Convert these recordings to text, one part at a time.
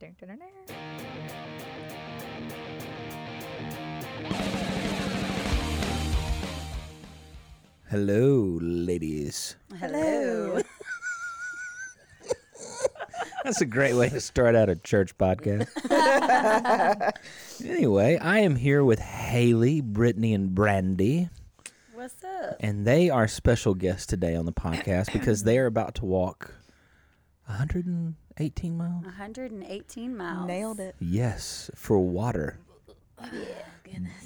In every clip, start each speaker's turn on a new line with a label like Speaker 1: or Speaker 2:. Speaker 1: Dun, dun, dun, dun.
Speaker 2: Hello, ladies.
Speaker 3: Hello.
Speaker 2: That's a great way to start out a church podcast. anyway, I am here with Haley, Brittany, and Brandy,
Speaker 3: What's up?
Speaker 2: and they are special guests today on the podcast because they are about to walk 118 miles.
Speaker 3: 118 miles.
Speaker 1: Nailed it.
Speaker 2: Yes, for water.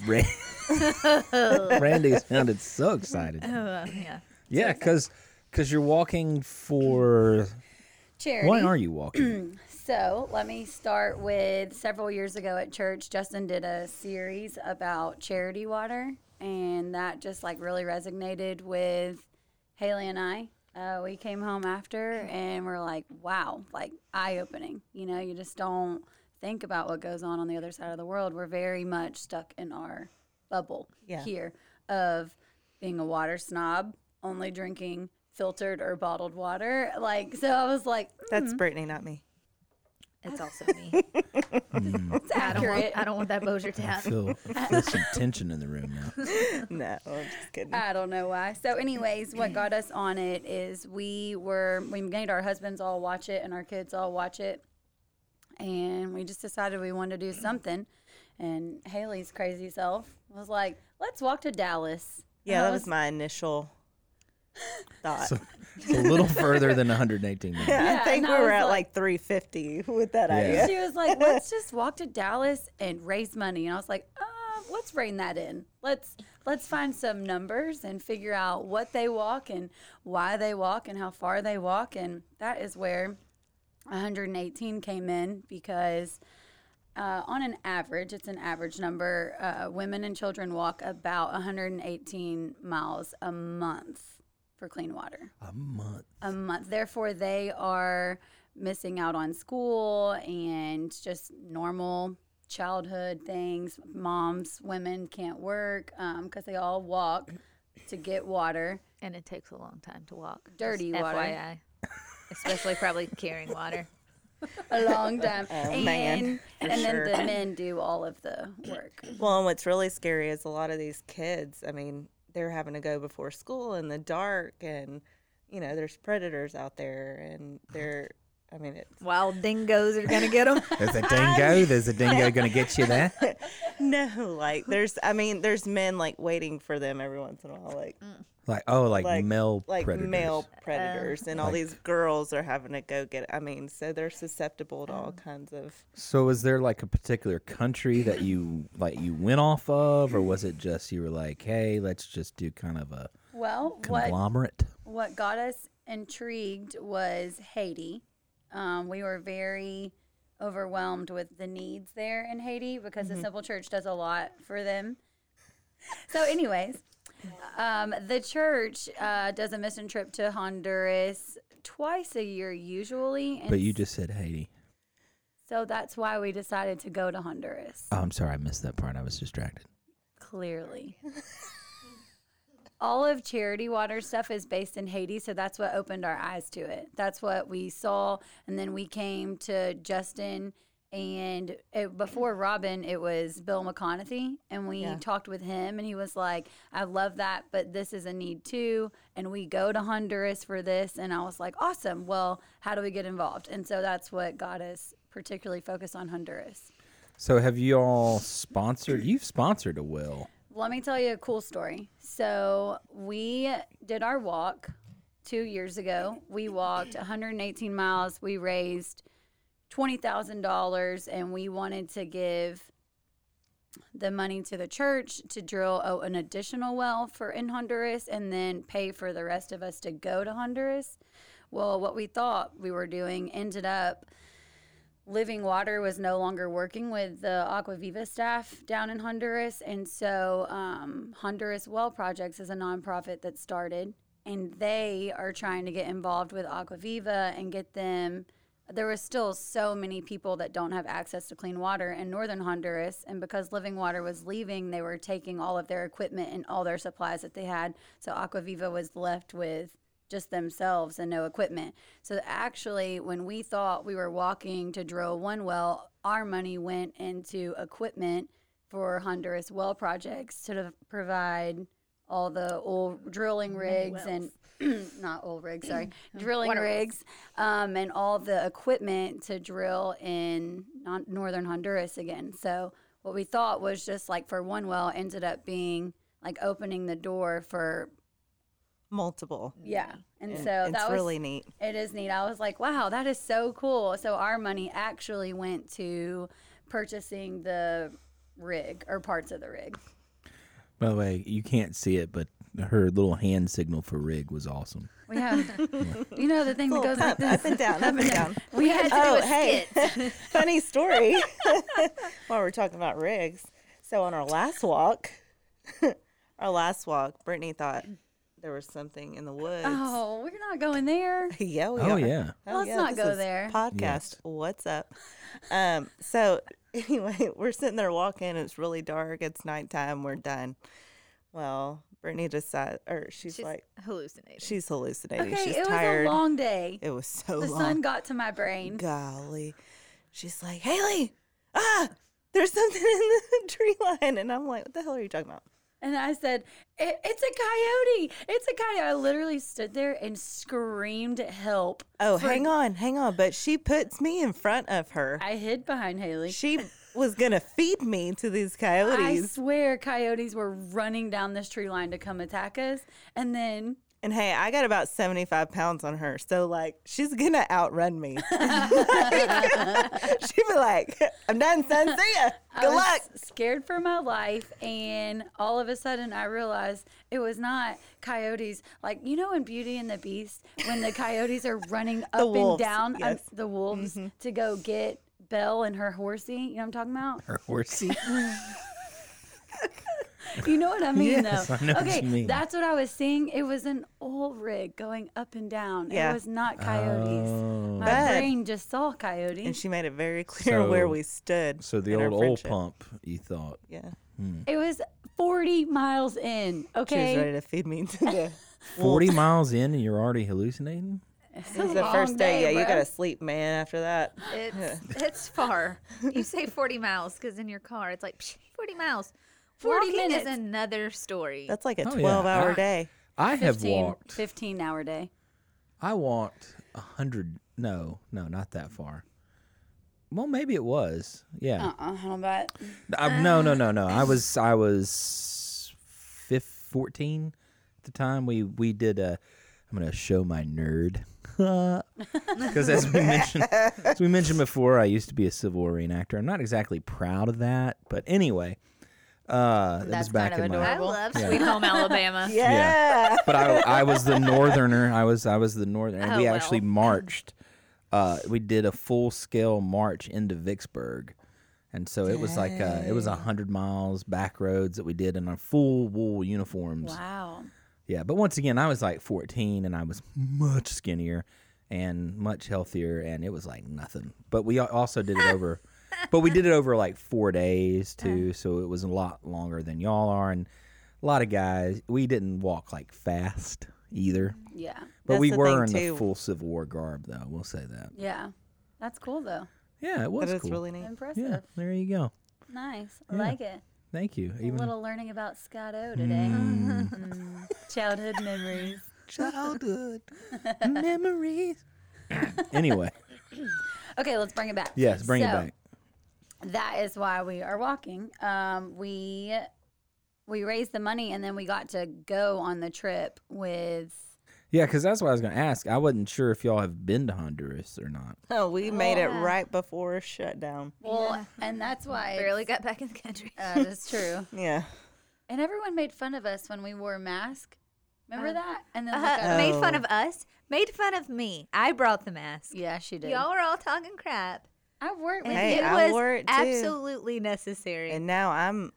Speaker 2: Bra- Brandy sounded so excited.
Speaker 1: Oh, uh, yeah.
Speaker 2: Yeah, because because you're walking for.
Speaker 3: Charity.
Speaker 2: Why are you walking?
Speaker 3: So let me start with several years ago at church. Justin did a series about charity water, and that just like really resonated with Haley and I. Uh, we came home after and we're like, wow, like eye opening. You know, you just don't think about what goes on on the other side of the world. We're very much stuck in our bubble
Speaker 1: Yeah.
Speaker 3: here of being a water snob, only drinking filtered or bottled water. Like, so I was like,
Speaker 1: That's Brittany, not me.
Speaker 4: It's also me.
Speaker 3: it's accurate.
Speaker 4: I don't want that Bossier
Speaker 2: I
Speaker 4: tab.
Speaker 2: feel, I feel some tension in the room now.
Speaker 1: No, I'm just kidding.
Speaker 3: I don't know why. So, anyways, what got us on it is we were we made our husbands all watch it and our kids all watch it, and we just decided we wanted to do something. And Haley's crazy self was like, "Let's walk to Dallas."
Speaker 5: Yeah,
Speaker 3: And I
Speaker 5: that was my initial thought.
Speaker 2: So, it's a little further than 118 miles.
Speaker 5: yeah,
Speaker 3: Yeah,
Speaker 5: I think
Speaker 3: and
Speaker 5: we
Speaker 3: I
Speaker 5: were
Speaker 3: was
Speaker 5: at
Speaker 3: like-
Speaker 5: like 350 with that
Speaker 2: Yeah.
Speaker 5: idea.
Speaker 3: She was like, "Let's just walk to Dallas and raise money." And I was like, uh, "Let's rein that in. Let's let's find some numbers and figure out what they walk and why they walk and how far they walk." And that is where 118 came in because. Uh, on an average, it's an average number. Uh, women and children walk about 118 miles a month for clean water
Speaker 2: A month.
Speaker 3: a month. Therefore, they are missing out on school and just normal childhood things. Moms, women can't work because they all walk to get water.
Speaker 4: And it takes a long time to walk. Just
Speaker 3: Dirty water.
Speaker 4: FYI. Especially probably carrying water.
Speaker 3: A long time. and
Speaker 5: Oh, man, for
Speaker 3: and
Speaker 5: sure.
Speaker 3: then the men do all of the work.
Speaker 5: Well, and what's really scary is a lot of these kids, I mean, they're having to go before school in the dark and, you know, there's predators out there and they're, I mean, it's
Speaker 4: Wild dingoes are going to get them.
Speaker 2: There's a dingo. There's a dingo going to get you there.
Speaker 5: no, like there's, I mean, there's men like waiting for them every once in a while, like,
Speaker 2: Like oh, like,
Speaker 5: like
Speaker 2: male
Speaker 5: like
Speaker 2: predators.
Speaker 5: male
Speaker 3: Uh,
Speaker 5: predators and all
Speaker 2: Like-
Speaker 5: these girls are having to go get, I mean, so they're susceptible to all
Speaker 3: Um,
Speaker 5: kinds of
Speaker 2: So is there like a particular country that you like you went off of, or was it just you were like, hey, let's just do kind of a
Speaker 3: Well, what
Speaker 2: conglomerate?
Speaker 3: what got us intrigued was Haiti. Um, we were very overwhelmed with the needs there in Haiti because
Speaker 2: Mm-hmm.
Speaker 3: the Simple Church does a lot for them. So, anyways, um, the church uh, does a mission trip to Honduras twice a year usually. And
Speaker 2: But you just said Haiti.
Speaker 3: so that's why we decided to go to Honduras.
Speaker 2: Oh, I'm sorry, I missed that part. I was distracted.
Speaker 3: Clearly. All of Charity Water stuff is based in Haiti, so that's what opened our eyes to it. That's what we saw. And then we came to Justin and it, before Robin, it was Bill McConathy. And we
Speaker 5: Yeah.
Speaker 3: talked with him, and he was like, I love that, but this is a need too. And we go to Honduras for this. And I was like, awesome. Well, how do we get involved? And so that's what got us particularly focused on Honduras.
Speaker 2: So have you all sponsored? You've sponsored a will.
Speaker 3: Let me tell you a cool story. So we did our walk two years ago. We walked 118 miles. We raised twenty thousand dollars, and we wanted to give the money to the church to drill oh, an additional well for in Honduras, and then pay for the rest of us to go to Honduras. Well, what we thought we were doing ended up Living Water was no longer working with the Aquaviva staff down in Honduras. And so um, Honduras Well Projects is a nonprofit that started, and they are trying to get involved with Aquaviva and get them. There was still so many people that don't have access to clean water in northern Honduras. And because Living Water was leaving, they were taking all of their equipment and all their supplies that they had. So Aquaviva was left with just themselves and no equipment. So actually, when we thought we were walking to drill one well, our money went into equipment for Honduras well projects to provide all the oil drilling rigs and not oil rigs, sorry, drilling
Speaker 4: Water wells.
Speaker 3: rigs um, and all the equipment to drill in non- northern Honduras again. So what we thought was just like for one well ended up being like opening the door for
Speaker 1: Multiple.
Speaker 3: yeah, and,
Speaker 1: And
Speaker 3: so
Speaker 1: it's
Speaker 3: that was
Speaker 1: really neat.
Speaker 3: it is neat. I was like, wow, that is so cool. So our money actually went to purchasing the rig or parts of the rig.
Speaker 2: By the way, you can't see it, but her little hand signal for rig was awesome.
Speaker 3: We have, you know, the thing that
Speaker 1: Little
Speaker 3: goes like
Speaker 1: pump,
Speaker 3: this.
Speaker 1: up and down, up and down.
Speaker 3: We had to
Speaker 4: Oh,
Speaker 3: do
Speaker 4: a
Speaker 3: it.
Speaker 4: hey.
Speaker 5: Funny story. While we're talking about rigs, so on our last walk, our last walk, Brittany thought there was something in the woods.
Speaker 3: Oh, we're not going there.
Speaker 5: Yeah, we
Speaker 2: Oh
Speaker 5: are.
Speaker 2: yeah.
Speaker 3: Let's not
Speaker 5: this
Speaker 3: go
Speaker 5: is
Speaker 3: there.
Speaker 5: Podcast,
Speaker 2: Yes.
Speaker 5: what's up? Um, so anyway, we're sitting there walking. It's really dark. It's nighttime. We're done. Well, Brittany decided, or she's,
Speaker 4: She's
Speaker 5: like,
Speaker 4: hallucinating.
Speaker 5: she's hallucinating.
Speaker 3: Okay,
Speaker 5: she's
Speaker 3: it was
Speaker 5: tired.
Speaker 3: a long day.
Speaker 5: it was so
Speaker 3: the
Speaker 5: long.
Speaker 3: sun got to my brain.
Speaker 5: Golly, she's like, Haley, ah, there's something in the tree line, and I'm like, what the hell are you talking about?
Speaker 3: And I said, "I- It's a coyote. It's a coyote. I literally stood there and screamed help.
Speaker 5: Oh, hang on, hang on. But she puts me in front of her.
Speaker 3: I hid behind Haley.
Speaker 5: She was gonna feed me to these
Speaker 3: I
Speaker 5: coyotes.
Speaker 3: swear coyotes were running down this tree line to come attack us. And then
Speaker 5: And hey, I got about 75 pounds on her. So, like, she's going to outrun me. She'd be like, I'm done, son. See ya.
Speaker 3: I
Speaker 5: Good
Speaker 3: was
Speaker 5: luck.
Speaker 3: scared for my life. And all of a sudden, I realized it was not coyotes. Like, you know, in Beauty and the Beast, when the coyotes are running up and
Speaker 5: wolves,
Speaker 3: down um,
Speaker 5: yes.
Speaker 3: the wolves
Speaker 2: Mm-hmm.
Speaker 3: to go get Belle and her horsey. You know what I'm talking about?
Speaker 2: Her horsey.
Speaker 3: You know what I mean,
Speaker 2: Yes,
Speaker 3: though.
Speaker 2: I know what
Speaker 3: okay,
Speaker 2: you mean.
Speaker 3: that's what I was seeing. It was an old rig going up and down.
Speaker 5: Yeah.
Speaker 3: It was not coyotes.
Speaker 2: Oh.
Speaker 3: My
Speaker 5: Bad.
Speaker 3: brain just saw coyotes.
Speaker 5: And she made it very clear where
Speaker 2: So-
Speaker 5: we stood.
Speaker 2: So the
Speaker 5: in our
Speaker 2: old oil
Speaker 5: friendship.
Speaker 2: pump, you thought.
Speaker 5: Yeah.
Speaker 3: It was 40 miles in.
Speaker 5: She was ready
Speaker 3: Okay.
Speaker 5: to feed me to the.
Speaker 2: Forty miles in and you're already hallucinating?
Speaker 3: This
Speaker 5: This is the first day. Yeah, you got to sleep, man, after that.
Speaker 4: It's it's far. You say forty miles because in your car it's like psh, forty miles.
Speaker 3: 40
Speaker 4: Walking
Speaker 3: minutes.
Speaker 4: is another story.
Speaker 5: That's like a
Speaker 2: Oh,
Speaker 5: 12
Speaker 2: yeah.
Speaker 5: hour
Speaker 2: I-
Speaker 5: day.
Speaker 2: I have
Speaker 3: 15,
Speaker 2: walked
Speaker 3: 15 hour day.
Speaker 2: I walked a hundred no, no, not that far. Well, maybe it was. Yeah.
Speaker 3: Uh-uh. I don't bet.
Speaker 2: I, no, no, no, no. I was I was fif 14 at the time. We we did a. I'm gonna show my nerd. Because as we mentioned, as we mentioned before, I used to be a Civil War reenactor. I'm not exactly proud of that, but anyway, uh, that was
Speaker 1: That's
Speaker 2: back
Speaker 1: kind of
Speaker 2: in my.
Speaker 4: I
Speaker 1: adorable.
Speaker 4: love Sweet Home Alabama.
Speaker 5: Yeah.
Speaker 2: But I, I was the northerner. I was I was the northerner. And
Speaker 4: Oh,
Speaker 2: we
Speaker 4: well.
Speaker 2: actually marched. Uh, we did a full scale march into Vicksburg, and so it was like uh it was a hundred miles back roads that we did in our full wool uniforms.
Speaker 3: Wow.
Speaker 2: Yeah, but once again, I was like 14 and I was much skinnier and much healthier, and it was like nothing. But we al- also did it over, but we did it over like four days
Speaker 5: Uh-huh.
Speaker 2: too, so it was a lot longer than y'all are. And a lot of guys, we didn't walk like fast either,
Speaker 3: Yeah.
Speaker 2: but
Speaker 5: That's
Speaker 2: we
Speaker 5: the
Speaker 2: were in
Speaker 5: thing,
Speaker 2: the
Speaker 5: too.
Speaker 2: full Civil War garb, though. We'll say that.
Speaker 3: Yeah. That's cool, though.
Speaker 2: Yeah, it was
Speaker 5: But it's
Speaker 2: cool.
Speaker 5: really neat.
Speaker 3: Impressive.
Speaker 2: yeah, there you go.
Speaker 3: Nice. I like it.
Speaker 2: Thank you.
Speaker 3: A
Speaker 2: Even Hmm.
Speaker 3: little learning about Scott O today. Hmm. Childhood memories.
Speaker 2: childhood memories. anyway,
Speaker 3: Okay, let's bring it back.
Speaker 2: yes, bring it
Speaker 3: So,
Speaker 2: back.
Speaker 3: that is why we are walking. Um, we we raised the money and then we got to go on the trip with.
Speaker 2: Yeah, because that's what I was going to ask. I wasn't sure if y'all have been to Honduras or not.
Speaker 5: Oh, we made it right before shutdown.
Speaker 3: Well, and that's why
Speaker 4: Barely got back in the country.
Speaker 3: that is true.
Speaker 5: Yeah.
Speaker 3: And everyone made fun of us when we wore masks. Remember that? And then look
Speaker 4: Uh,
Speaker 3: at-
Speaker 4: made fun of us. Made fun of me. I brought the mask.
Speaker 3: yeah, she did.
Speaker 4: Y'all were all talking crap.
Speaker 3: I worked with
Speaker 4: And
Speaker 5: Hey,
Speaker 4: it
Speaker 5: I
Speaker 4: was
Speaker 5: wore it too.
Speaker 4: absolutely necessary.
Speaker 5: And now I'm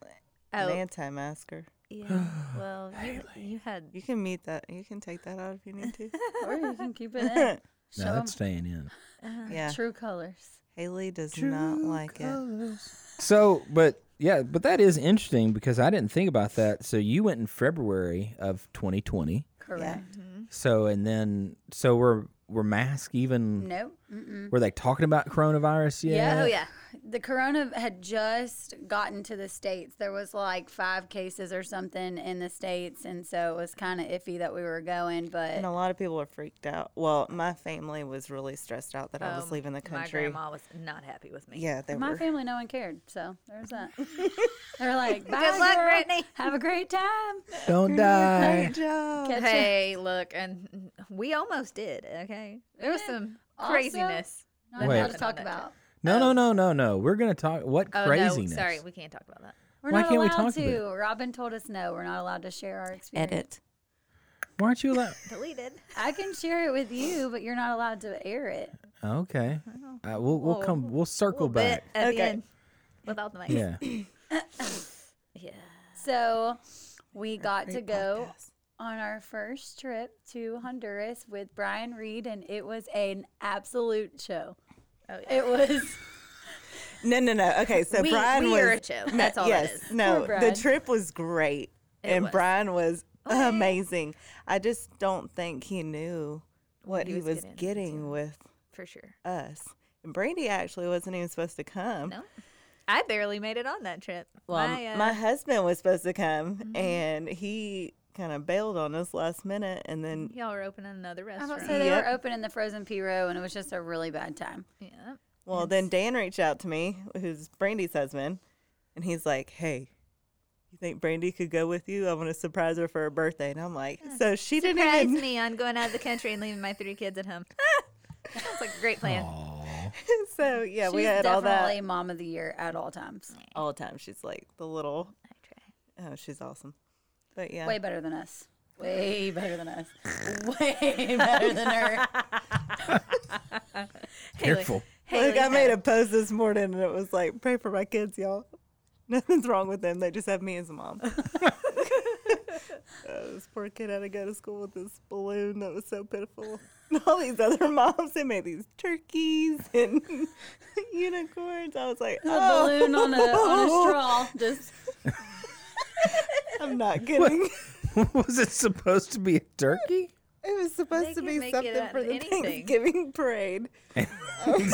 Speaker 4: Oh.
Speaker 5: an anti masker.
Speaker 4: yeah. Well, you, you had
Speaker 5: You can mute that. You can take that out if you need to.
Speaker 3: you, or you can keep it in. Show
Speaker 2: No,
Speaker 3: 'em
Speaker 2: that's staying in.
Speaker 5: yeah.
Speaker 3: true colors.
Speaker 5: Haley does not like it.
Speaker 2: So, but yeah, but that is interesting because I didn't think about that. So you went in February of 2020.
Speaker 3: Correct.
Speaker 2: So and then so we're we're masked even
Speaker 3: No. Mm-mm.
Speaker 2: were they talking about coronavirus yet?
Speaker 3: Yeah. Oh, yeah. The corona had just gotten to the states. There was like five cases or something in the states, and so it was kind of iffy that we were going. But
Speaker 5: And a lot of people were freaked out. Well, my family was really stressed out that I was
Speaker 4: Um,
Speaker 5: leaving the country.
Speaker 4: My grandma was not happy with me.
Speaker 5: Yeah, they
Speaker 3: my
Speaker 5: were.
Speaker 3: family, no one cared. So there's that. They're like, Bye,
Speaker 4: luck,
Speaker 3: girl.
Speaker 4: Brittany."
Speaker 3: Have a great time.
Speaker 2: Don't die.
Speaker 5: job.
Speaker 3: Catch ya."
Speaker 4: Hey, look, and we almost did. Okay, there was
Speaker 3: Eh,
Speaker 4: some
Speaker 3: also-
Speaker 4: craziness.
Speaker 3: Not a
Speaker 2: Wait.
Speaker 3: lot to talk about.
Speaker 2: No, no, no, no, no. We're gonna talk what
Speaker 4: Oh
Speaker 2: craziness.
Speaker 4: no, sorry, we can't talk about that.
Speaker 3: We're
Speaker 2: Why
Speaker 3: not
Speaker 2: can't we
Speaker 3: allowed
Speaker 2: talk about
Speaker 3: to. Robin told us no, we're not allowed to share our experience.
Speaker 1: Edit.
Speaker 2: Why aren't you allowed?
Speaker 4: Deleted.
Speaker 3: I can share it with you, but you're not allowed to air it.
Speaker 2: Okay, uh, we'll we'll
Speaker 4: Well,
Speaker 2: come. We'll circle
Speaker 4: Little bit
Speaker 2: back.
Speaker 4: at the
Speaker 5: Okay.
Speaker 4: end without the mic.
Speaker 2: Yeah.
Speaker 4: Yeah.
Speaker 3: So we got to
Speaker 5: Great
Speaker 3: go
Speaker 5: podcast.
Speaker 3: on our first trip to Honduras with Brian Reed, and it was an absolute show.
Speaker 4: Oh,
Speaker 3: It was
Speaker 5: No, no, no. Okay, so
Speaker 4: we,
Speaker 5: Brian
Speaker 4: we
Speaker 5: was.
Speaker 4: are a show.
Speaker 5: no,
Speaker 4: That's all
Speaker 5: yes,
Speaker 4: it is.
Speaker 5: no.
Speaker 3: Poor
Speaker 5: The
Speaker 3: Brian.
Speaker 5: trip was great,
Speaker 4: It
Speaker 5: and
Speaker 4: was. Oh,
Speaker 5: Brian was amazing. I just don't think he knew what he, was, getting, with
Speaker 4: for sure.
Speaker 5: us. And Brandy actually wasn't even supposed to come.
Speaker 4: No, I barely made it on that trip.
Speaker 5: Mm. Well,
Speaker 4: my,
Speaker 5: my,
Speaker 4: uh,
Speaker 5: husband was supposed to come,
Speaker 4: Mm-hmm.
Speaker 5: and he kind of bailed on us last minute, and then
Speaker 4: uh, y'all are opening another
Speaker 3: I
Speaker 4: restaurant.
Speaker 3: will say they
Speaker 5: Yep.
Speaker 3: were open in the frozen P row, and it was just a really bad time.
Speaker 4: yeah.
Speaker 5: Well, then Dan reached out to me, who's Brandy's husband, and he's like, "Hey, you think Brandy could go with you? I want to surprise her for her birthday." And I'm like, "So she didn't
Speaker 4: Surprise
Speaker 5: even."
Speaker 4: me on going out of the country and leaving my three kids at home. Sounds like a great plan.
Speaker 2: Aw.
Speaker 5: so yeah,
Speaker 3: She's
Speaker 5: we had all
Speaker 3: definitely
Speaker 5: that
Speaker 3: mom of the year at all times.
Speaker 5: all the time. She's like the little.
Speaker 4: I try.
Speaker 5: Oh, she's awesome. But yeah,
Speaker 3: Way better than us. Way better than us. Way better than her.
Speaker 2: Careful.
Speaker 5: like I made a post this morning, and it was like, "Pray for my kids, y'all. Nothing's wrong with them. They just have me as a mom." Oh, this poor kid had to go to school with this balloon that was so pitiful. And all these other moms, they made these turkeys and unicorns. I was like,
Speaker 3: a
Speaker 5: oh,
Speaker 3: balloon on a, on a straw. Just
Speaker 5: I'm not kidding.
Speaker 2: was it supposed to be a turkey?
Speaker 5: It was supposed
Speaker 4: They
Speaker 5: to
Speaker 4: can
Speaker 5: be
Speaker 4: make it
Speaker 5: something
Speaker 4: out
Speaker 5: for
Speaker 4: of
Speaker 5: the
Speaker 4: anything.
Speaker 5: Thanksgiving parade.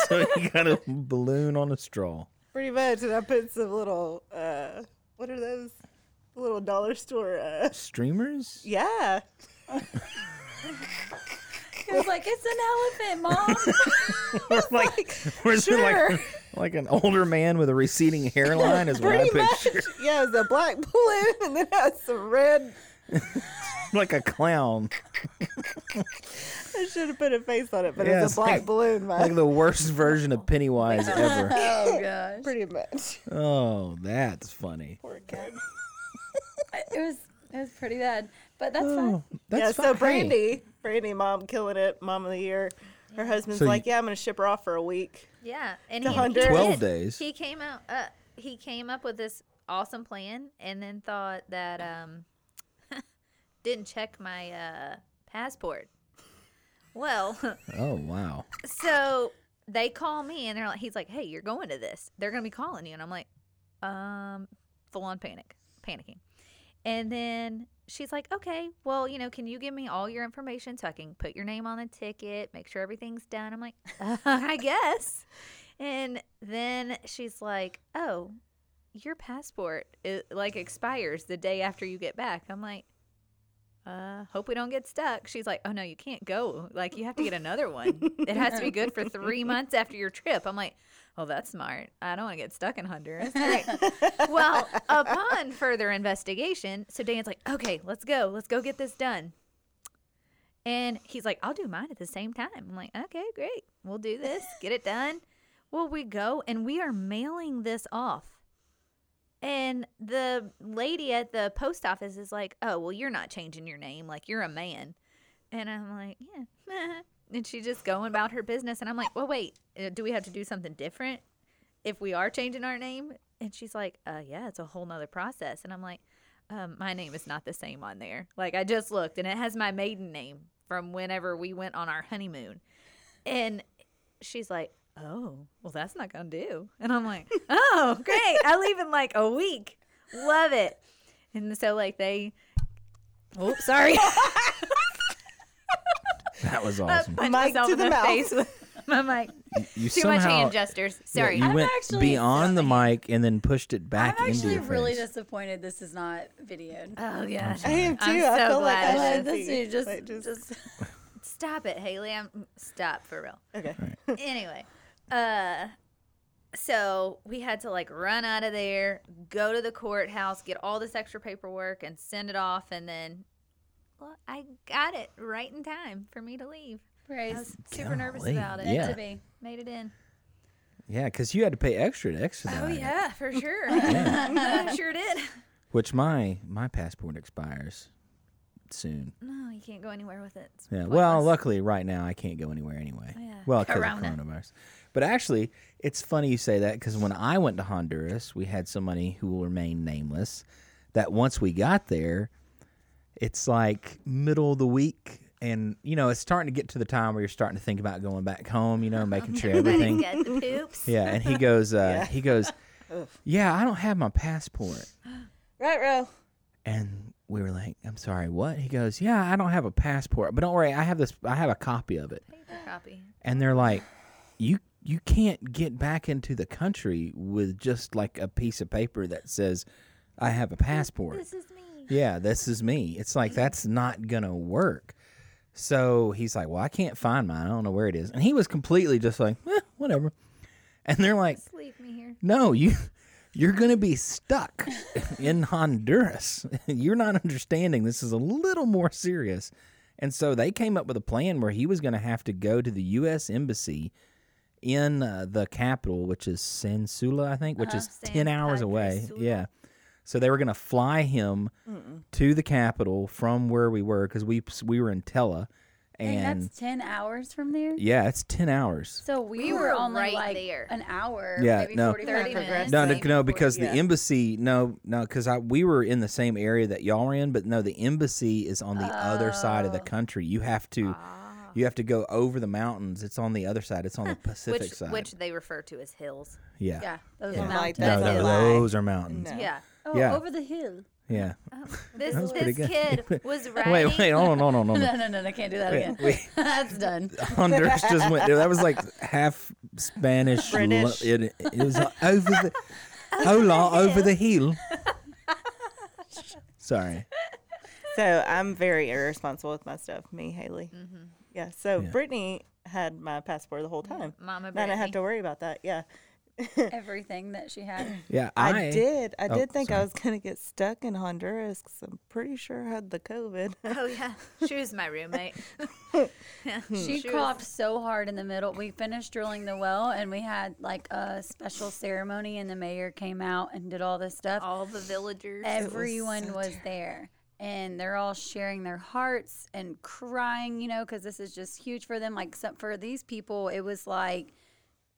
Speaker 2: so you got a balloon on a straw.
Speaker 5: Pretty much. And I put some little, uh, what are those? Little dollar store. Uh,
Speaker 2: Streamers?
Speaker 5: yeah.
Speaker 3: it was like it's an elephant, mom.
Speaker 2: Or like, where's it like, like an older man with a receding hairline is what I
Speaker 5: Pretty much.
Speaker 2: picture.
Speaker 5: Yeah, it was a black balloon and then it had some red.
Speaker 2: like a clown.
Speaker 5: I should have put a face on it, but
Speaker 2: Yeah,
Speaker 5: it
Speaker 2: it's
Speaker 5: was a black
Speaker 2: like-
Speaker 5: balloon, man.
Speaker 2: Like the worst version of Pennywise ever.
Speaker 3: oh gosh,
Speaker 5: Pretty much.
Speaker 2: Oh, that's funny.
Speaker 5: Poor kid.
Speaker 3: it was it was pretty bad, but that's fine.
Speaker 2: Oh, that's
Speaker 5: yeah,
Speaker 2: fine.
Speaker 5: so
Speaker 2: Hey,
Speaker 5: Brandy, Brandy, mom, killing it, mom of the year. Her husband's
Speaker 2: So
Speaker 5: like,
Speaker 2: you-
Speaker 5: yeah, I'm gonna ship her off for a week.
Speaker 4: Yeah, and
Speaker 5: To
Speaker 4: he,
Speaker 5: Honduras.
Speaker 4: he
Speaker 2: 12
Speaker 4: did-
Speaker 2: days.
Speaker 4: He came out. Uh, he came up with this awesome plan, and then thought that um, didn't check my uh, passport. Well,
Speaker 2: Oh wow.
Speaker 4: so they call me, and they're like, he's like, "Hey, you're going to this. They're gonna be calling you," and I'm like, um, full on panic, panicking, and then. She's like, okay, well, you know, can you give me all your information so I can put your name on the ticket, make sure everything's done? I'm like, uh, I guess. And then she's like, "Oh, your passport it, like expires the day after you get back." I'm like, "Uh, hope we don't get stuck." She's like, "Oh no, you can't go. Like you have to get another one. it has to be good for 3 months after your trip." I'm like, "Oh, that's smart. I don't want to get stuck in Honduras." All right. well, upon further investigation, so Dan's like, "Okay, let's go. Let's go get this done." And he's like, I'll do mine at the same time. I'm like, okay, great. We'll do this, get it done. Well, we go and we are mailing this off. And the lady at the post office is like, oh, well, you're not changing your name. Like, you're a man. And I'm like, yeah. and she's just going about her business. And I'm like, well, wait, uh, do we have to do something different if we are changing our name? And she's like, uh, yeah, it's a whole nother process. And I'm like, um, my name is not the same on there. Like I just looked, and it has my maiden name from whenever we went on our honeymoon. And she's like, "Oh, well, that's not gonna do." And I'm like, "Oh, great! I leave in like a week. Love it." And so like they, oops, sorry.
Speaker 2: That was awesome.
Speaker 4: Punch
Speaker 5: Mike
Speaker 4: myself
Speaker 5: to
Speaker 4: in
Speaker 5: the
Speaker 4: the
Speaker 5: mouth.
Speaker 4: face with my mic.
Speaker 2: You
Speaker 4: Too much
Speaker 2: somehow
Speaker 4: hand gestures.
Speaker 2: yeah,
Speaker 4: Sorry.
Speaker 2: you went
Speaker 1: actually-
Speaker 2: beyond the mic and then pushed it
Speaker 3: I'm
Speaker 2: back into
Speaker 3: actually
Speaker 2: your
Speaker 3: really
Speaker 2: face.
Speaker 3: disappointed this is not videoed.
Speaker 4: oh yeah.
Speaker 5: I am too.
Speaker 4: I'm
Speaker 5: I
Speaker 4: so
Speaker 5: feel like
Speaker 4: glad it
Speaker 5: I
Speaker 3: Like,
Speaker 5: should
Speaker 3: this
Speaker 5: be,
Speaker 3: dude just,
Speaker 5: like,
Speaker 3: just,
Speaker 4: Stop it, Haley. I'm stop for real.
Speaker 5: okay.
Speaker 4: anyway, uh, so we had to like run out of there, go to the courthouse, get all this extra paperwork, and send it off, and then. Well, I got it right in time for me to leave. I
Speaker 3: praise
Speaker 4: was super nervous
Speaker 2: Golly,
Speaker 4: about it.
Speaker 2: yeah.
Speaker 3: to be.
Speaker 4: Made it in.
Speaker 2: Yeah, because you had to pay extra to expedite.
Speaker 4: Oh
Speaker 2: it,
Speaker 4: yeah, for sure. I sure did.
Speaker 2: which my my passport expires soon.
Speaker 4: No, you can't go anywhere with it. It's
Speaker 2: Yeah. Well,
Speaker 4: pointless.
Speaker 2: luckily, right now I can't go anywhere anyway.
Speaker 4: Yeah.
Speaker 2: Well, because of
Speaker 4: Corona.
Speaker 2: coronavirus. But actually, it's funny you say that because when I went to Honduras, we had somebody who will remain nameless. That once we got there, it's like middle of the week, and you know it's starting to get to the time where you're starting to think about going back home. You know, making sure everything.
Speaker 4: Everybody's got the poops.
Speaker 2: Yeah, and he goes, uh,
Speaker 5: Yeah.
Speaker 2: he goes, yeah, I don't have my passport.
Speaker 5: Right, row.
Speaker 2: And we were like, I'm sorry, what? He goes, Yeah, I don't have a passport, but don't worry, I have this. I have a copy of it.
Speaker 4: Paper copy.
Speaker 2: And they're like, You you can't get back into the country with just like a piece of paper that says, I have a passport.
Speaker 4: This is me.
Speaker 2: Yeah, this is me. It's like that's not gonna work. So he's like, Well, I can't find mine. I don't know where it is. And he was completely just like, eh, whatever. And they're like,
Speaker 4: Just leave me here.
Speaker 2: no, you you're going to be stuck in Honduras. You're not understanding. This is a little more serious. And so they came up with a plan where he was going to have to go to the U.S. embassy in uh, the capital, which is San Sula, I think, which
Speaker 4: Uh-huh,
Speaker 2: is
Speaker 4: San
Speaker 2: ten hours
Speaker 4: Pedro
Speaker 2: away.
Speaker 4: Sula.
Speaker 2: Yeah. So they were going to fly him to the capital from where we were because we we were in Tela,
Speaker 3: and
Speaker 2: and
Speaker 3: that's 10 hours from there.
Speaker 2: yeah, it's ten hours.
Speaker 3: So we,
Speaker 4: We
Speaker 3: were,
Speaker 4: were
Speaker 3: only
Speaker 4: right
Speaker 3: like
Speaker 4: there.
Speaker 3: an hour,
Speaker 2: Yeah,
Speaker 3: maybe
Speaker 2: no.
Speaker 3: 45
Speaker 4: 30
Speaker 3: minutes.
Speaker 4: minutes.
Speaker 2: No,
Speaker 4: the
Speaker 2: no,
Speaker 4: same
Speaker 2: no,
Speaker 4: airport.
Speaker 2: because
Speaker 5: Yeah.
Speaker 2: the embassy, no, no, because I we were in the same area that y'all were in, but no, the embassy is on the other side of the country. You have to, you have to go over the mountains. It's on the other side. It's on the Pacific
Speaker 4: Which
Speaker 2: side.
Speaker 4: which they refer to as hills.
Speaker 2: yeah.
Speaker 3: Yeah, those
Speaker 5: Yeah.
Speaker 3: are mountains.
Speaker 5: Like
Speaker 2: No,
Speaker 5: That's
Speaker 2: no,
Speaker 5: a lie.
Speaker 2: those are mountains.
Speaker 5: No.
Speaker 4: Yeah.
Speaker 3: Oh,
Speaker 2: Yeah.
Speaker 3: over the hill.
Speaker 2: Yeah.
Speaker 4: This
Speaker 2: That was pretty
Speaker 4: this
Speaker 2: good.
Speaker 4: kid was writing.
Speaker 2: Wait, wait, hold on, hold on, hold
Speaker 3: No,
Speaker 2: on.
Speaker 3: no, no, no, can't do that
Speaker 2: Wait,
Speaker 3: again.
Speaker 2: wait.
Speaker 3: That's done.
Speaker 2: Honduras just went. That was like half Spanish. lo-
Speaker 5: British.
Speaker 2: it, it was like over the, hola, over the hill. Sorry.
Speaker 5: So I'm very irresponsible with my stuff, me, Haley.
Speaker 4: Mm-hmm.
Speaker 5: Yeah. So Brittany had my passport the whole time.
Speaker 4: Mama
Speaker 5: Now I didn't
Speaker 4: Brittany.
Speaker 5: have to worry about that. Yeah.
Speaker 3: Everything that she had.
Speaker 2: Yeah,
Speaker 5: I,
Speaker 2: I
Speaker 5: did. I
Speaker 2: Oh,
Speaker 5: did think
Speaker 2: sorry.
Speaker 5: I was going to get stuck in Honduras 'cause I'm pretty sure I had the COVID.
Speaker 4: Oh yeah, she was my roommate. Yeah,
Speaker 3: She
Speaker 4: was-
Speaker 3: coughed so hard in the middle. We finished drilling the well and we had like a special ceremony and the mayor came out and did all this stuff.
Speaker 4: all the villagers.
Speaker 3: Everyone
Speaker 5: so
Speaker 3: was there and they're all sharing their hearts and crying, you know, cuz this is just huge for them like some, for these people it was like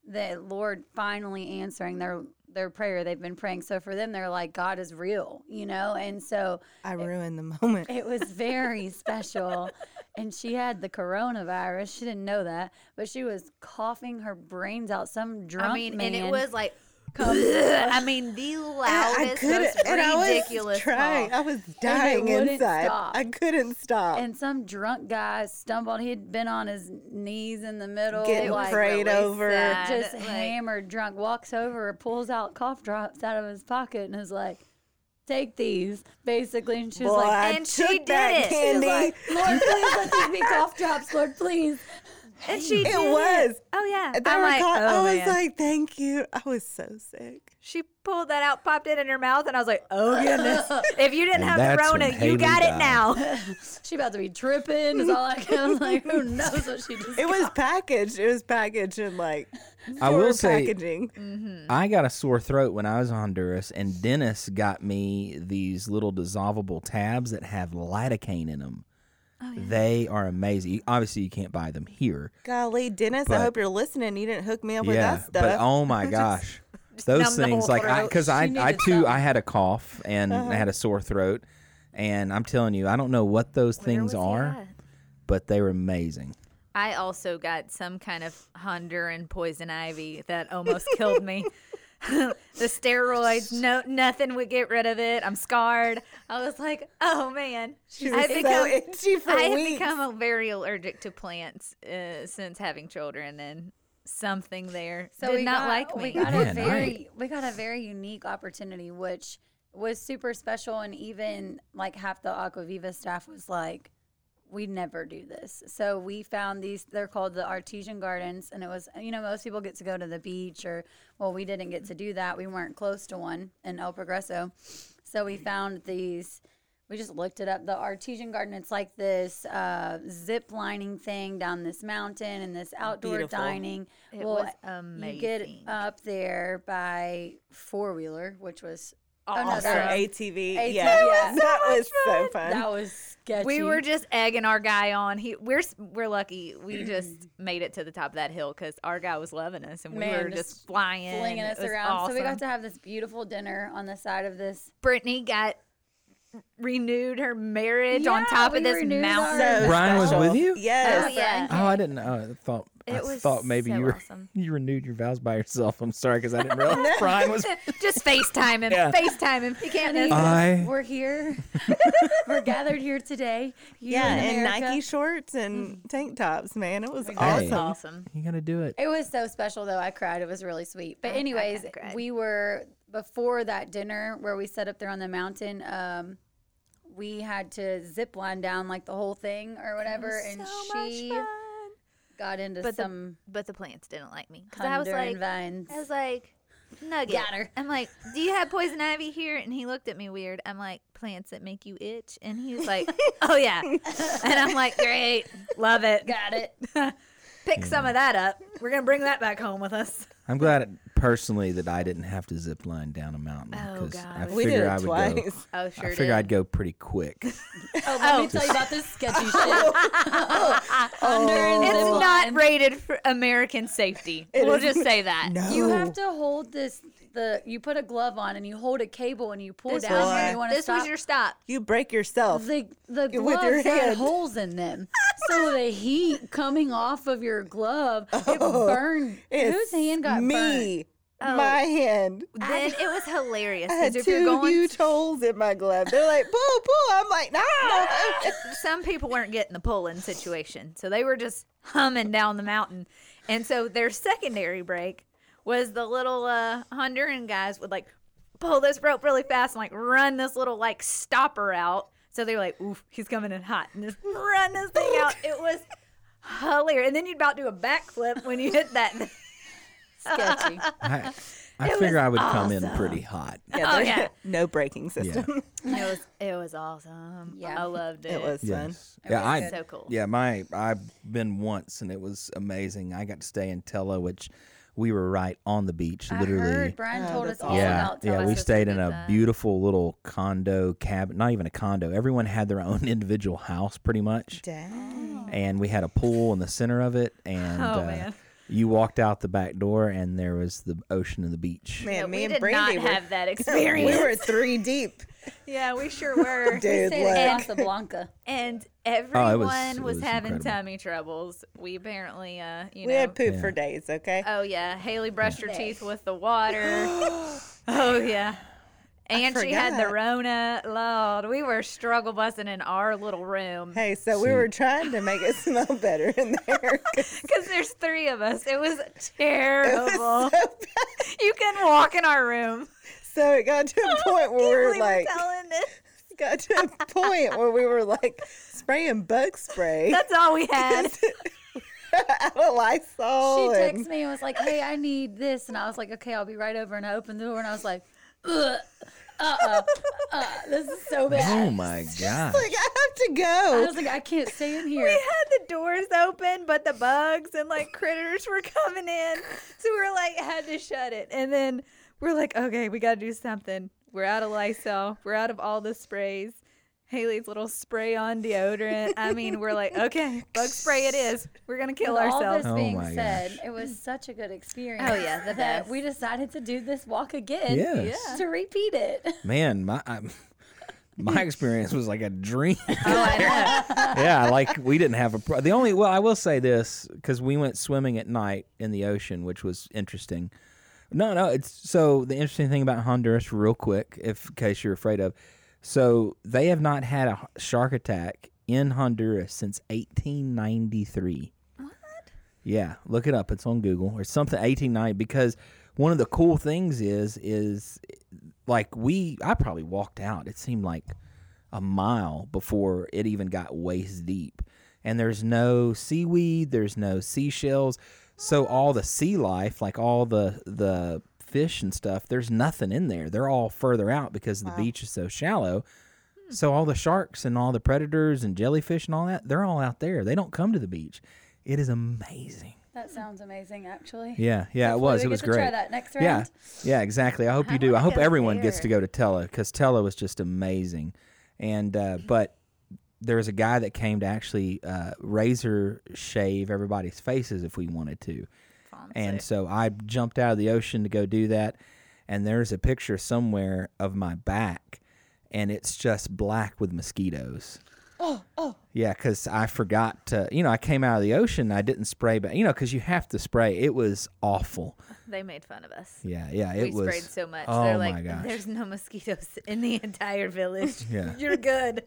Speaker 3: the Lord finally answering their their prayer they've been praying. So for them they're like God is real, you know. And so
Speaker 5: I ruined the moment.
Speaker 3: it was very special. And she had the coronavirus. She didn't know that, but she was coughing her brains out. Some drunk
Speaker 4: I mean,
Speaker 3: man.
Speaker 4: and it was like. I mean, the loudest, most
Speaker 5: and
Speaker 4: ridiculous.
Speaker 5: I was trying.
Speaker 4: cough.
Speaker 5: I was dying
Speaker 3: wouldn't
Speaker 5: inside.
Speaker 3: stop.
Speaker 5: I couldn't stop.
Speaker 3: and some drunk guy stumbled. He had been on his knees in the middle,
Speaker 5: Getting
Speaker 3: like
Speaker 5: prayed
Speaker 4: really
Speaker 5: over.
Speaker 4: sad.
Speaker 3: just
Speaker 4: like-
Speaker 3: hammered, drunk. Walks over, pulls out cough drops out of his pocket, and is like, "Take these," basically. And she was
Speaker 5: Boy,
Speaker 3: like,
Speaker 5: I
Speaker 4: and she
Speaker 5: took
Speaker 4: did
Speaker 5: that
Speaker 4: it. She was
Speaker 5: candy.
Speaker 3: like, "Lord, please let these be cough drops, Lord, please."
Speaker 4: And she did
Speaker 5: it was.
Speaker 4: Oh yeah.
Speaker 5: They
Speaker 4: I'm
Speaker 5: were
Speaker 4: like,
Speaker 5: caught-
Speaker 4: oh,
Speaker 5: I was
Speaker 4: man.
Speaker 5: like, thank you. I was so sick.
Speaker 4: she pulled that out, popped it in her mouth, and I was like, oh goodness. if you didn't
Speaker 2: And
Speaker 4: have
Speaker 2: that's
Speaker 4: the Rona,
Speaker 2: when
Speaker 4: you
Speaker 2: Haley
Speaker 4: got it
Speaker 2: died.
Speaker 4: now.
Speaker 3: She about to be tripping. Is all I can. Like, who knows what she just.
Speaker 5: It was packaged. It was packaged in like
Speaker 2: I will
Speaker 5: poor
Speaker 2: say
Speaker 5: packaging.
Speaker 4: Mm.
Speaker 2: I got a sore throat when I was in Honduras, and Dennis got me these little dissolvable tabs that have lidocaine in them.
Speaker 4: Oh,
Speaker 2: They are amazing. You- Obviously, you can't buy them here.
Speaker 5: Golly, Dennis,
Speaker 2: But-
Speaker 5: I hope you're listening. You didn't hook me up with
Speaker 2: yeah,
Speaker 5: that stuff.
Speaker 2: but oh my gosh, those
Speaker 4: numb the
Speaker 2: things
Speaker 4: whole
Speaker 2: like I
Speaker 4: throat.
Speaker 2: because I,
Speaker 3: She
Speaker 2: I
Speaker 3: needed
Speaker 2: too
Speaker 3: something.
Speaker 2: I had a cough and
Speaker 4: Uh-huh.
Speaker 2: I had a sore throat, and I'm telling you, I don't know what those things are, but they were amazing.
Speaker 4: I also got some kind of Honduran poison ivy that almost killed me. the steroids, no, nothing would get rid of it. I'm scarred. I was like, oh man,
Speaker 5: She was
Speaker 4: I've
Speaker 5: so
Speaker 4: become,
Speaker 5: itchy for
Speaker 4: I have
Speaker 5: weeks.
Speaker 4: become a very allergic to plants uh, since having children, and something there
Speaker 3: So
Speaker 4: did
Speaker 3: we
Speaker 4: not
Speaker 3: got,
Speaker 4: like
Speaker 3: We
Speaker 4: me.
Speaker 3: got a
Speaker 2: Man, I-
Speaker 3: very we got a very unique opportunity, which was super special, and even like half the Aquaviva staff was like, "We never do this." So we found these. They're called the Artesian Gardens, and it was you know most people get to go to the beach, or well, we didn't get to do that. We weren't close to one in El Progreso, so we found these. We just looked it up. The artesian garden. It's like this uh, zip lining thing down this mountain and this outdoor
Speaker 5: Beautiful.
Speaker 3: dining.
Speaker 4: It was
Speaker 3: Well, you get uh,
Speaker 4: amazing.
Speaker 3: up there by four wheeler, which was
Speaker 5: Or
Speaker 3: another ATV,
Speaker 5: ATV. Yeah,
Speaker 3: yeah.
Speaker 5: that was so fun.
Speaker 3: that was sketchy.
Speaker 4: we were just egging our guy on. He we're s- we're lucky we just made it to the top of that hill because our guy was loving us and we
Speaker 3: Man,
Speaker 4: were
Speaker 3: just
Speaker 4: just flying,
Speaker 3: flinging
Speaker 4: It
Speaker 3: us
Speaker 4: was
Speaker 3: around. So we got
Speaker 4: awesome.
Speaker 3: to have this beautiful dinner on the side of this.
Speaker 4: Brittany got renewed her marriage on
Speaker 3: Yeah,
Speaker 4: top
Speaker 3: we
Speaker 4: of this
Speaker 3: renewed
Speaker 4: mountain.
Speaker 3: our-
Speaker 5: So
Speaker 2: Brian was
Speaker 5: special.
Speaker 2: with you?
Speaker 4: Oh
Speaker 5: Yes.
Speaker 4: yeah,
Speaker 2: Oh, I didn't know. I thought I
Speaker 4: It was
Speaker 2: thought maybe
Speaker 4: so
Speaker 2: you were
Speaker 4: awesome.
Speaker 2: you renewed your vows by yourself. I'm sorry because I didn't realize Brian was.
Speaker 4: just FaceTime him.
Speaker 2: Yeah.
Speaker 4: FaceTime him. You can't miss.
Speaker 3: Honey,
Speaker 4: him.
Speaker 2: I-
Speaker 3: we're here. we're gathered here today. You
Speaker 5: Yeah, and
Speaker 3: America.
Speaker 5: Nike shorts and tank tops, man. It was
Speaker 2: Hey.
Speaker 4: That's
Speaker 5: awesome.
Speaker 4: awesome.
Speaker 2: You gotta do it.
Speaker 3: It was so special though. I cried. It was really sweet. But
Speaker 4: I
Speaker 3: anyways,
Speaker 4: kinda cried.
Speaker 3: we were before that dinner where we set up there on the mountain. Um, we had to zip line down like the whole thing or whatever, and she got into
Speaker 4: But the-
Speaker 3: some
Speaker 4: But the plants didn't like me because I was
Speaker 3: Honduran
Speaker 4: like,
Speaker 3: vines.
Speaker 4: I was like, Nugget.
Speaker 3: Got her.
Speaker 4: I'm like, do you have poison ivy here? And he looked at me weird. I'm like, plants that make you itch. And he was like, oh yeah. And I'm like, great, love it.
Speaker 3: got it.
Speaker 4: Pick some of that up. We're gonna bring that back home with us.
Speaker 2: I'm glad personally that I didn't have to zip line down a mountain
Speaker 4: Oh,
Speaker 2: because
Speaker 4: God.
Speaker 2: I
Speaker 4: We
Speaker 2: figure
Speaker 5: We did
Speaker 2: I
Speaker 5: it
Speaker 2: would go.
Speaker 5: twice.
Speaker 4: Oh
Speaker 2: I figure I'd go pretty quick.
Speaker 3: Oh, let me
Speaker 4: Oh.
Speaker 3: tell you about this sketchy shit. Under and
Speaker 4: It's
Speaker 3: zip
Speaker 4: not
Speaker 3: line.
Speaker 4: rated for American safety.
Speaker 5: It
Speaker 4: we'll
Speaker 5: is-
Speaker 4: just say that.
Speaker 5: No.
Speaker 3: You have to hold this. The you put a glove on and you hold a cable and you pull
Speaker 4: This,
Speaker 3: down
Speaker 5: was
Speaker 3: when
Speaker 5: your-
Speaker 3: you want to
Speaker 4: this
Speaker 3: stop.
Speaker 4: was your stop.
Speaker 5: You break yourself.
Speaker 3: the the
Speaker 5: With your
Speaker 3: gloves had
Speaker 5: hand.
Speaker 3: holes in them, so the heat coming off of your glove it burned. Whose
Speaker 5: It's
Speaker 3: hand got burnt?
Speaker 5: me. My hand.
Speaker 4: Then it was hilarious.
Speaker 5: I
Speaker 4: 'cause
Speaker 5: had
Speaker 4: if
Speaker 5: two
Speaker 4: you're going,
Speaker 5: huge holes in my glove. They're like, pull, pull. I'm like, no.
Speaker 4: some people weren't getting the pulling situation, so they were just humming down the mountain. And so their secondary break was the little uh, Honduran guys would like pull this rope really fast and like run this little like stopper out. So they were like, "Oof, he's coming in hot," and just run this thing out. It was hilarious. And then you'd about do a backflip when you hit that. thing.
Speaker 3: Sketchy.
Speaker 2: I, I figure I would come in pretty hot.
Speaker 5: Yeah,
Speaker 4: Oh,
Speaker 5: there-
Speaker 4: yeah.
Speaker 5: No braking system.
Speaker 4: It was it was awesome.
Speaker 3: Yeah.
Speaker 4: I loved it.
Speaker 5: It was fun.
Speaker 2: Yes. Yeah, I,
Speaker 4: so cool.
Speaker 2: Yeah, my I've been once and it was amazing. I got to stay in Tella, which we were right on the beach, literally.
Speaker 3: I heard Brian told us all
Speaker 2: yeah,
Speaker 3: about
Speaker 2: yeah.
Speaker 3: Tell
Speaker 2: We
Speaker 3: Us.
Speaker 2: stayed in
Speaker 4: did
Speaker 2: a
Speaker 4: that.
Speaker 2: beautiful little condo cabin, not even a condo. Everyone had their own individual house, pretty much,
Speaker 5: Dang.
Speaker 2: and we had a pool in the center of it. And
Speaker 4: Oh,
Speaker 2: uh,
Speaker 4: man.
Speaker 2: you walked out the back door, and there was the ocean and the beach.
Speaker 5: Man,
Speaker 4: Yeah,
Speaker 5: me
Speaker 4: we
Speaker 5: and
Speaker 4: did
Speaker 5: Brandy
Speaker 4: not
Speaker 5: were,
Speaker 4: have that
Speaker 5: we
Speaker 4: experience.
Speaker 5: were three deep.
Speaker 4: yeah, we sure were.
Speaker 5: Dude,
Speaker 3: Stayed
Speaker 5: like-
Speaker 3: in Casablanca.
Speaker 4: and everyone was,
Speaker 2: Oh, it was
Speaker 4: having
Speaker 2: incredible.
Speaker 4: tummy troubles. We apparently, uh, you
Speaker 5: we
Speaker 4: know,
Speaker 5: had poop for days, okay?
Speaker 4: oh yeah, Haley brushed her
Speaker 3: Yeah.
Speaker 4: teeth with the water. oh yeah, and she had the
Speaker 5: forgot.
Speaker 4: Rona. Lord, we were struggle busting in our little room
Speaker 5: Hey, so we were trying to make it smell better in there.
Speaker 4: because there's three of us. It was
Speaker 5: It
Speaker 4: terrible.
Speaker 5: was so, bad.
Speaker 4: you can walk in our room.
Speaker 5: So it got to a point where we
Speaker 4: We
Speaker 5: were like,
Speaker 4: Oh, were telling this.
Speaker 5: got to a point where we were like spraying bug spray
Speaker 4: That's all we had.
Speaker 5: out of
Speaker 3: She
Speaker 4: Oh,
Speaker 5: Lysol. and-
Speaker 3: texted me and was like, "Hey, I need this," and I was like, "Okay, I'll be right over." And I opened the door and I was like, "Uh, uh, uh, this is so bad."
Speaker 2: Oh my gosh!
Speaker 5: like, I have to
Speaker 3: I
Speaker 5: go.
Speaker 3: was like, "I can't stay in
Speaker 4: we
Speaker 3: here."
Speaker 4: had the doors open, but the bugs and like critters were coming in. So we were like, had to shut it. And then we're like, okay, we got to do something. We're out of Lysol. We're out of all the sprays. Haley's little spray on deodorant. I mean, we're like, okay, bug spray it is. We're going to kill
Speaker 3: With All
Speaker 4: ourselves.
Speaker 3: this
Speaker 2: Oh
Speaker 3: being
Speaker 2: my
Speaker 3: said, it was such a good experience.
Speaker 4: Oh, yeah, the
Speaker 3: that
Speaker 4: best.
Speaker 3: we decided to do this walk again.
Speaker 2: Yes.
Speaker 3: To repeat it.
Speaker 2: Man, my I, my experience was like a dream.
Speaker 4: Oh, I know.
Speaker 2: yeah, like we didn't have a pro- the only well, I will say this because we went swimming at night in the ocean, which was interesting. No, no. It's so the interesting thing about Honduras, real quick, if in case you're afraid of, so they have not had a h- shark attack in Honduras since 1893. Yeah, look it up. It's on Google or something. 1890 because one of the cool things is is like we I probably walked out. It seemed like a mile before it even got waist deep. And there's no seaweed, there's no seashells. So all the sea life, like all the the fish and stuff, there's nothing in there. They're all further out because the beach is so shallow.
Speaker 3: Hmm.
Speaker 2: So all the sharks and all the predators and jellyfish and all that, they're all out there. They don't come to the beach. It is amazing.
Speaker 3: That sounds amazing, actually.
Speaker 2: Yeah, yeah, it was.
Speaker 3: we
Speaker 2: It
Speaker 3: get
Speaker 2: was
Speaker 3: to
Speaker 2: great.
Speaker 3: Try that next round.
Speaker 2: Yeah, yeah, exactly. I hope you do. I
Speaker 4: wanna
Speaker 2: hope
Speaker 4: go
Speaker 2: everyone gets to
Speaker 4: there.
Speaker 2: go to Tella because Tella was just amazing. And uh, but there was a guy that came to actually uh, razor shave everybody's faces if we wanted to. And so I jumped out of the ocean to go do that. And there's a picture somewhere of my back, and it's just black with mosquitoes. Oh, oh. Yeah, because I forgot to, you know, I came out of the ocean. I didn't spray, but, you know, because you have to spray. It was awful.
Speaker 4: They made fun of us.
Speaker 2: Yeah, yeah, it
Speaker 4: we
Speaker 2: was.
Speaker 4: sprayed so much.
Speaker 2: Oh
Speaker 4: They're
Speaker 2: my
Speaker 4: like,
Speaker 2: gosh.
Speaker 4: there's no mosquitoes in the entire village.
Speaker 2: Yeah.
Speaker 4: You're good.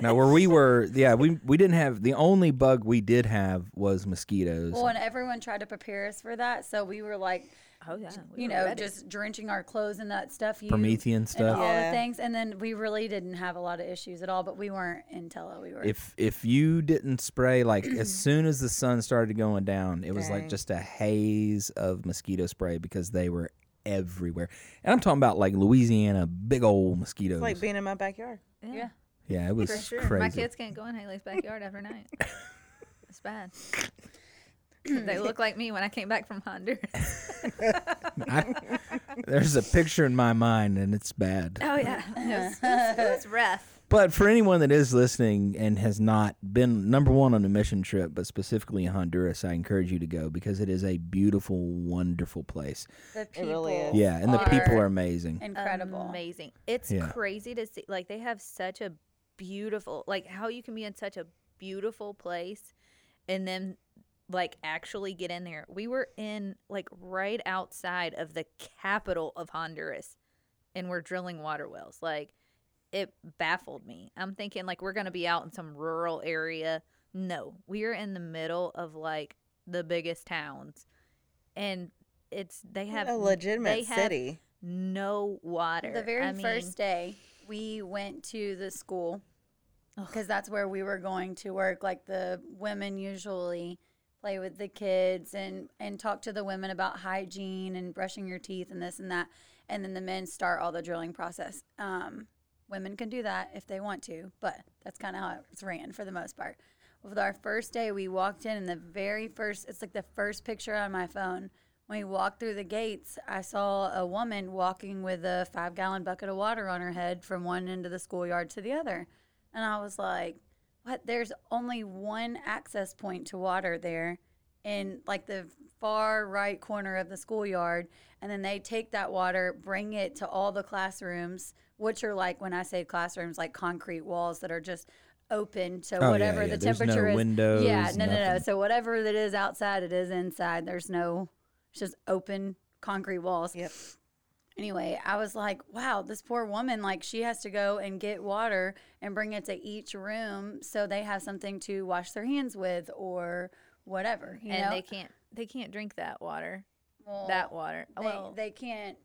Speaker 2: Now where we were, yeah, we we didn't have the only bug we did have was mosquitoes.
Speaker 3: Well, and everyone tried to prepare us for that, so we were like,
Speaker 4: Oh, yeah. we
Speaker 3: you
Speaker 4: were
Speaker 3: know,
Speaker 4: ready.
Speaker 3: just drenching our clothes in that stuff. You,
Speaker 2: Promethean
Speaker 3: And
Speaker 2: stuff.
Speaker 3: all
Speaker 5: Yeah.
Speaker 3: the things, and then we really didn't have a lot of issues at all. But we weren't in Tella. We were.
Speaker 2: If if you didn't spray like as soon as the sun started going down, it was like
Speaker 5: Dang.
Speaker 2: just a haze of mosquito spray because they were everywhere. And I'm talking about like Louisiana, big old mosquitoes.
Speaker 5: It's like being in my backyard.
Speaker 3: yeah.
Speaker 2: yeah, it was
Speaker 4: For sure.
Speaker 2: crazy.
Speaker 4: My kids can't go in Haley's backyard every night. It's bad. they look like me when I came back from Honduras.
Speaker 2: I- there's a picture in my mind and it's bad.
Speaker 4: Oh yeah, it was, it was- it was rough.
Speaker 2: But for anyone that is listening and has not been number one on a mission trip, but specifically in Honduras, I encourage you to go because it is a beautiful, wonderful place.
Speaker 3: The
Speaker 5: It
Speaker 3: people.
Speaker 5: really is.
Speaker 2: Yeah, and the people
Speaker 3: Are-
Speaker 2: are amazing.
Speaker 3: Incredible.
Speaker 4: amazing. It's
Speaker 2: Yeah.
Speaker 4: crazy to see. Like they have such a beautiful, like how you can be in such a beautiful place, and then like actually get in there. We were in like right outside of the capital of Honduras, and we're drilling water wells. Like it baffled me. I'm thinking like we're gonna be out in some rural area. No, we are in the middle of like the biggest towns, and it's they have
Speaker 5: a
Speaker 4: they
Speaker 5: legitimate
Speaker 4: have
Speaker 5: city.
Speaker 4: no water.
Speaker 3: The very
Speaker 4: I mean,
Speaker 3: first day, we went to the school because that's where we were going to work. Like the women usually play with the kids and and talk to the women about hygiene and brushing your teeth and this and that. And then the men start all the drilling process. Um, women can do that if they want to, but that's kind of how it's ran for the most part. With our first day, we walked in, and the very first, it's like the first picture on my phone. When we walked through the gates, I saw a woman walking with a five gallon bucket of water on her head from one end of the schoolyard to the other. And I was like, what? There's only one access point to water there in like the far right corner of the schoolyard. And then they take that water, bring it to all the classrooms, which are like, when I say classrooms, like concrete walls that are just open to
Speaker 2: Oh, yeah,
Speaker 3: whatever
Speaker 2: yeah.
Speaker 3: the
Speaker 2: There's no
Speaker 3: temperature is.
Speaker 2: windows,
Speaker 3: yeah, no, no, no.
Speaker 2: nothing.
Speaker 3: So whatever that is outside, it is inside. There's no, it's just open concrete walls
Speaker 5: Yep.
Speaker 3: anyway, I was like, wow, this poor woman, like, she has to go and get water and bring it to each room so they have something to wash their hands with or whatever. You
Speaker 4: and
Speaker 3: know?
Speaker 4: they can't they can't drink that water.
Speaker 3: Well,
Speaker 4: that water.
Speaker 3: They,
Speaker 4: well,
Speaker 3: they can't,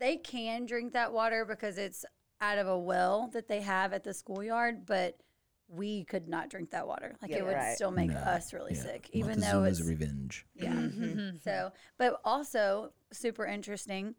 Speaker 3: they can drink that water because it's out of a well that they have at the schoolyard, but we could not drink that water. Like,
Speaker 5: Yeah,
Speaker 3: it would
Speaker 5: right.
Speaker 3: still make
Speaker 2: No,
Speaker 3: us really
Speaker 2: yeah.
Speaker 3: sick, even though
Speaker 2: Montezuma's
Speaker 3: it's.
Speaker 2: revenge.
Speaker 3: Yeah.
Speaker 5: Mm-hmm.
Speaker 3: So, but also super interesting.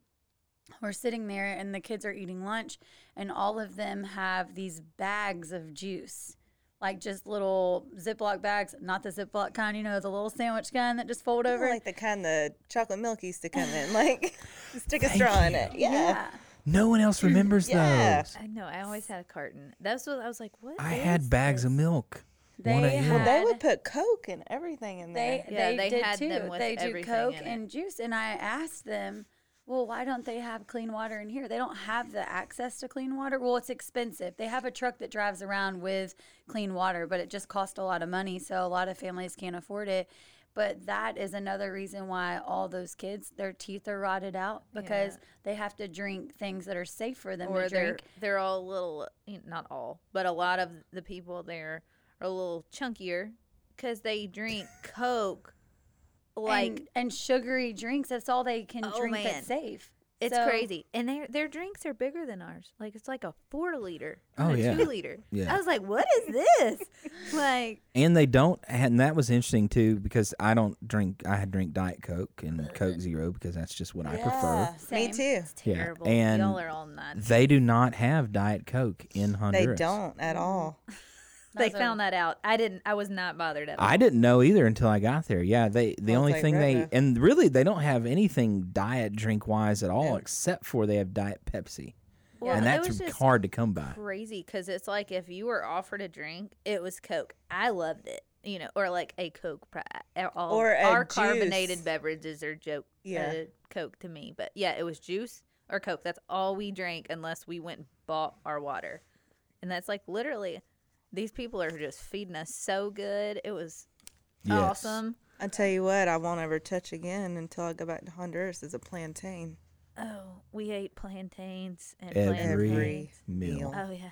Speaker 3: We're sitting there and the kids are eating lunch, and all of them have these bags of juice, like just little Ziploc bags, not the Ziploc kind, you know, the little sandwich kind that just fold over.
Speaker 5: Like the kind the chocolate milk used to come in, like stick a straw in it. Yeah.
Speaker 2: No one else remembers
Speaker 5: Yeah.
Speaker 2: those.
Speaker 4: I know. I always had a carton. That's what I was like. What?
Speaker 2: I
Speaker 4: is
Speaker 2: had bags of
Speaker 4: this?
Speaker 2: milk.
Speaker 3: They
Speaker 2: One a
Speaker 3: had-
Speaker 2: year.
Speaker 5: They would put Coke and everything in there.
Speaker 3: They
Speaker 4: Yeah,
Speaker 3: they,
Speaker 4: they
Speaker 3: did
Speaker 4: had
Speaker 3: too.
Speaker 4: them with
Speaker 3: they do
Speaker 4: everything
Speaker 3: Coke
Speaker 4: in it.
Speaker 3: and juice, and I asked them, well, why don't they have clean water in here? They don't have the access to clean water. Well, it's expensive. They have a truck that drives around with clean water, but it just costs a lot of money, so a lot of families can't afford it. But that is another reason why all those kids, their teeth are rotted out because they have to drink things that are safe for them
Speaker 4: or
Speaker 3: to
Speaker 4: they're
Speaker 3: drink.
Speaker 4: they're all little you know, not all but a lot of the people there are a little chunkier because they drink coke like
Speaker 3: and, and sugary drinks, that's all they can
Speaker 4: Oh,
Speaker 3: drink
Speaker 4: man.
Speaker 3: that's safe.
Speaker 4: it's
Speaker 3: So-
Speaker 4: crazy and their their drinks are bigger than ours like it's like a four liter
Speaker 2: Oh,
Speaker 4: and a
Speaker 2: yeah.
Speaker 4: two liter
Speaker 2: Yeah.
Speaker 4: i was like what is this like
Speaker 2: and they don't and that was interesting too because i don't drink i had drink diet coke and
Speaker 3: Mm.
Speaker 2: coke zero because that's just what i prefer
Speaker 3: Same.
Speaker 5: Me too.
Speaker 4: it's
Speaker 2: Yeah,
Speaker 4: terrible
Speaker 2: and
Speaker 4: y'all are on that
Speaker 2: they do not have diet coke in
Speaker 5: They
Speaker 2: honduras
Speaker 5: don't
Speaker 3: Mm.
Speaker 5: at all.
Speaker 4: they
Speaker 3: That's a-
Speaker 4: found that out i didn't i was not bothered at all
Speaker 2: I didn't know either until I got there. Yeah, they the
Speaker 5: I was
Speaker 2: only
Speaker 5: like,
Speaker 2: thing
Speaker 5: "Rubber."
Speaker 2: they and really they don't have anything diet drink wise at all except for they have diet Pepsi,
Speaker 4: Well,
Speaker 2: and
Speaker 4: it
Speaker 2: that's
Speaker 4: was just-
Speaker 2: hard to come by.
Speaker 4: crazy because it's like if you were offered a drink, it was Coke. I loved it, you know, or like a Coke. Pri- uh, all,
Speaker 5: Or a
Speaker 4: our
Speaker 5: juice.
Speaker 4: carbonated beverages are joke,
Speaker 5: Yeah.
Speaker 4: uh, Coke to me. But yeah, it was juice or Coke. That's all we drank unless we went and bought our water, and that's like literally. These people are just feeding us so good. It was
Speaker 2: Yes.
Speaker 4: awesome.
Speaker 5: I tell you what, I won't ever touch again until I go back to Honduras as a plantain.
Speaker 4: Oh, we ate plantains and
Speaker 2: Every
Speaker 4: plantains.
Speaker 2: meal.
Speaker 5: meal.
Speaker 4: Oh yeah.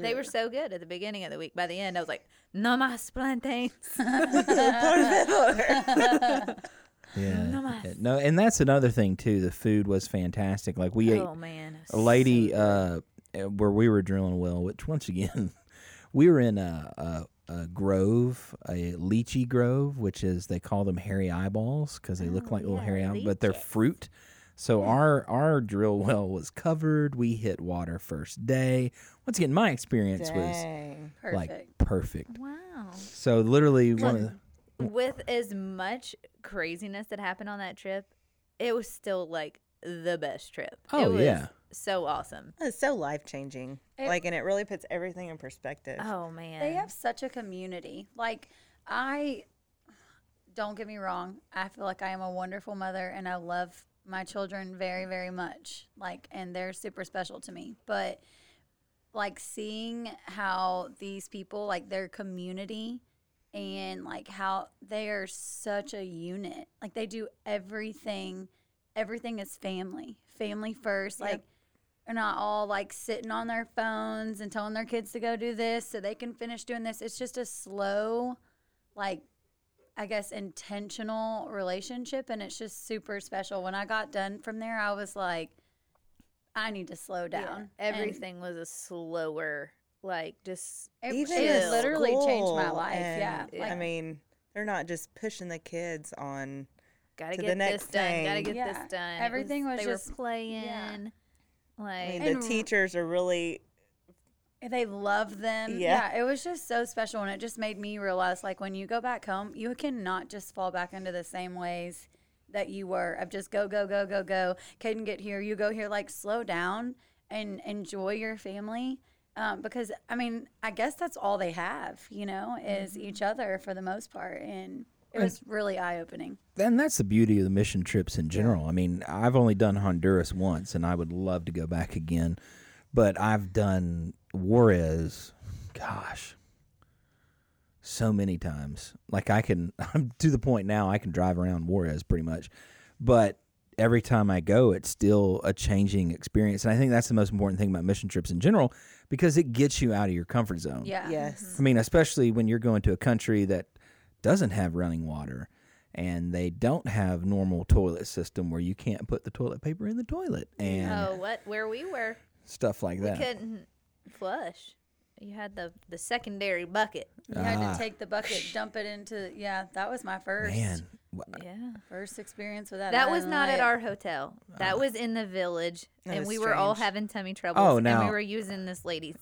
Speaker 4: They were so good at the beginning of the week. By the end, I was like, "No más plantains."
Speaker 2: Yeah.
Speaker 4: No mas.
Speaker 2: Yeah, No, and that's another thing too. The food was fantastic. Like we
Speaker 4: Oh
Speaker 2: ate
Speaker 4: man,
Speaker 2: a lady uh uh, where we were drilling a well, which once again we were in a, a a grove, a lychee grove, which is they call them hairy eyeballs because they look like little hairy eyeballs, but they're fruit. So our our drill well was covered. We hit water first day. Once again, my experience
Speaker 5: Dang.
Speaker 2: was
Speaker 3: Perfect.
Speaker 2: like perfect.
Speaker 4: Wow.
Speaker 2: So literally one of the,
Speaker 4: With as much craziness that happened on that trip, it was still like the best trip.
Speaker 2: Oh,
Speaker 4: It was
Speaker 2: yeah.
Speaker 4: so awesome.
Speaker 5: It's so life changing.
Speaker 3: It-
Speaker 5: Like, and it really puts everything in perspective.
Speaker 4: Oh man,
Speaker 3: They have such a community. Like I don't get me wrong, I feel like I am a wonderful mother and I love my children very very much. Like and they're super special to me, but like seeing how these people like their community and like how they are such a unit. Like they do everything everything is family. Family first.
Speaker 5: Yep.
Speaker 3: Like are not all like sitting on their phones and telling their kids to go do this so they can finish doing this. It's just a slow, like, I guess, intentional relationship. And it's just super special. When I got done from there, I was like, I need to slow
Speaker 4: Yeah.
Speaker 3: down. And
Speaker 4: Everything was a slower, like just
Speaker 3: it,
Speaker 5: Even
Speaker 3: it
Speaker 4: at
Speaker 3: literally changed my
Speaker 5: school
Speaker 3: life.
Speaker 5: and,
Speaker 3: yeah.
Speaker 5: I
Speaker 3: Like,
Speaker 5: mean, they're not just pushing the kids on.
Speaker 4: gotta
Speaker 5: To the
Speaker 4: get
Speaker 5: next
Speaker 4: this done. Gotta
Speaker 5: thing.
Speaker 4: get
Speaker 3: Yeah.
Speaker 4: this done. It
Speaker 3: Everything was
Speaker 4: they
Speaker 3: just-
Speaker 4: were
Speaker 3: yeah.
Speaker 4: playing. Like
Speaker 5: I mean,
Speaker 3: And-
Speaker 5: the teachers are really
Speaker 3: they love them.
Speaker 5: Yeah.
Speaker 3: Yeah. It was just so special. And it just made me realize like when you go back home, you cannot just fall back into the same ways that you were of just go, go, go, go, go. Couldn't get here. You go here, like slow down and enjoy your family. Um, because I mean, I guess that's all they have, you know, is
Speaker 4: Mm-hmm.
Speaker 3: each other for the most part. And it was really eye opening.
Speaker 2: and that's the beauty of the mission trips in general. I mean, I've only done Honduras once, and I would love to go back again. But I've done Juarez, gosh, so many times. Like I can, I'm to the point now I can drive around Juarez pretty much. But every time I go, it's still a changing experience, and I think that's the most important thing about mission trips in general because it gets you out of your comfort zone.
Speaker 3: Yeah. Mm-hmm.
Speaker 5: yes.
Speaker 2: I mean, especially when you're going to a country that doesn't have running water and they don't have normal toilet system where you can't put the toilet paper in the toilet and
Speaker 4: oh, what where we were,
Speaker 2: stuff like
Speaker 4: we
Speaker 2: that.
Speaker 4: couldn't flush. You had the the secondary bucket.
Speaker 3: You had to take the bucket, dump it into, yeah, that was my first,
Speaker 2: Man, w-
Speaker 4: Yeah.
Speaker 3: first experience with that.
Speaker 4: That
Speaker 3: I
Speaker 4: was
Speaker 3: didn't
Speaker 4: not at
Speaker 3: like-
Speaker 4: our hotel. That was in the village,
Speaker 5: That
Speaker 4: and
Speaker 5: was
Speaker 4: we were all
Speaker 5: strange.
Speaker 4: having tummy troubles.
Speaker 2: Uh, Oh,
Speaker 4: and
Speaker 2: now-
Speaker 4: we were using this lady's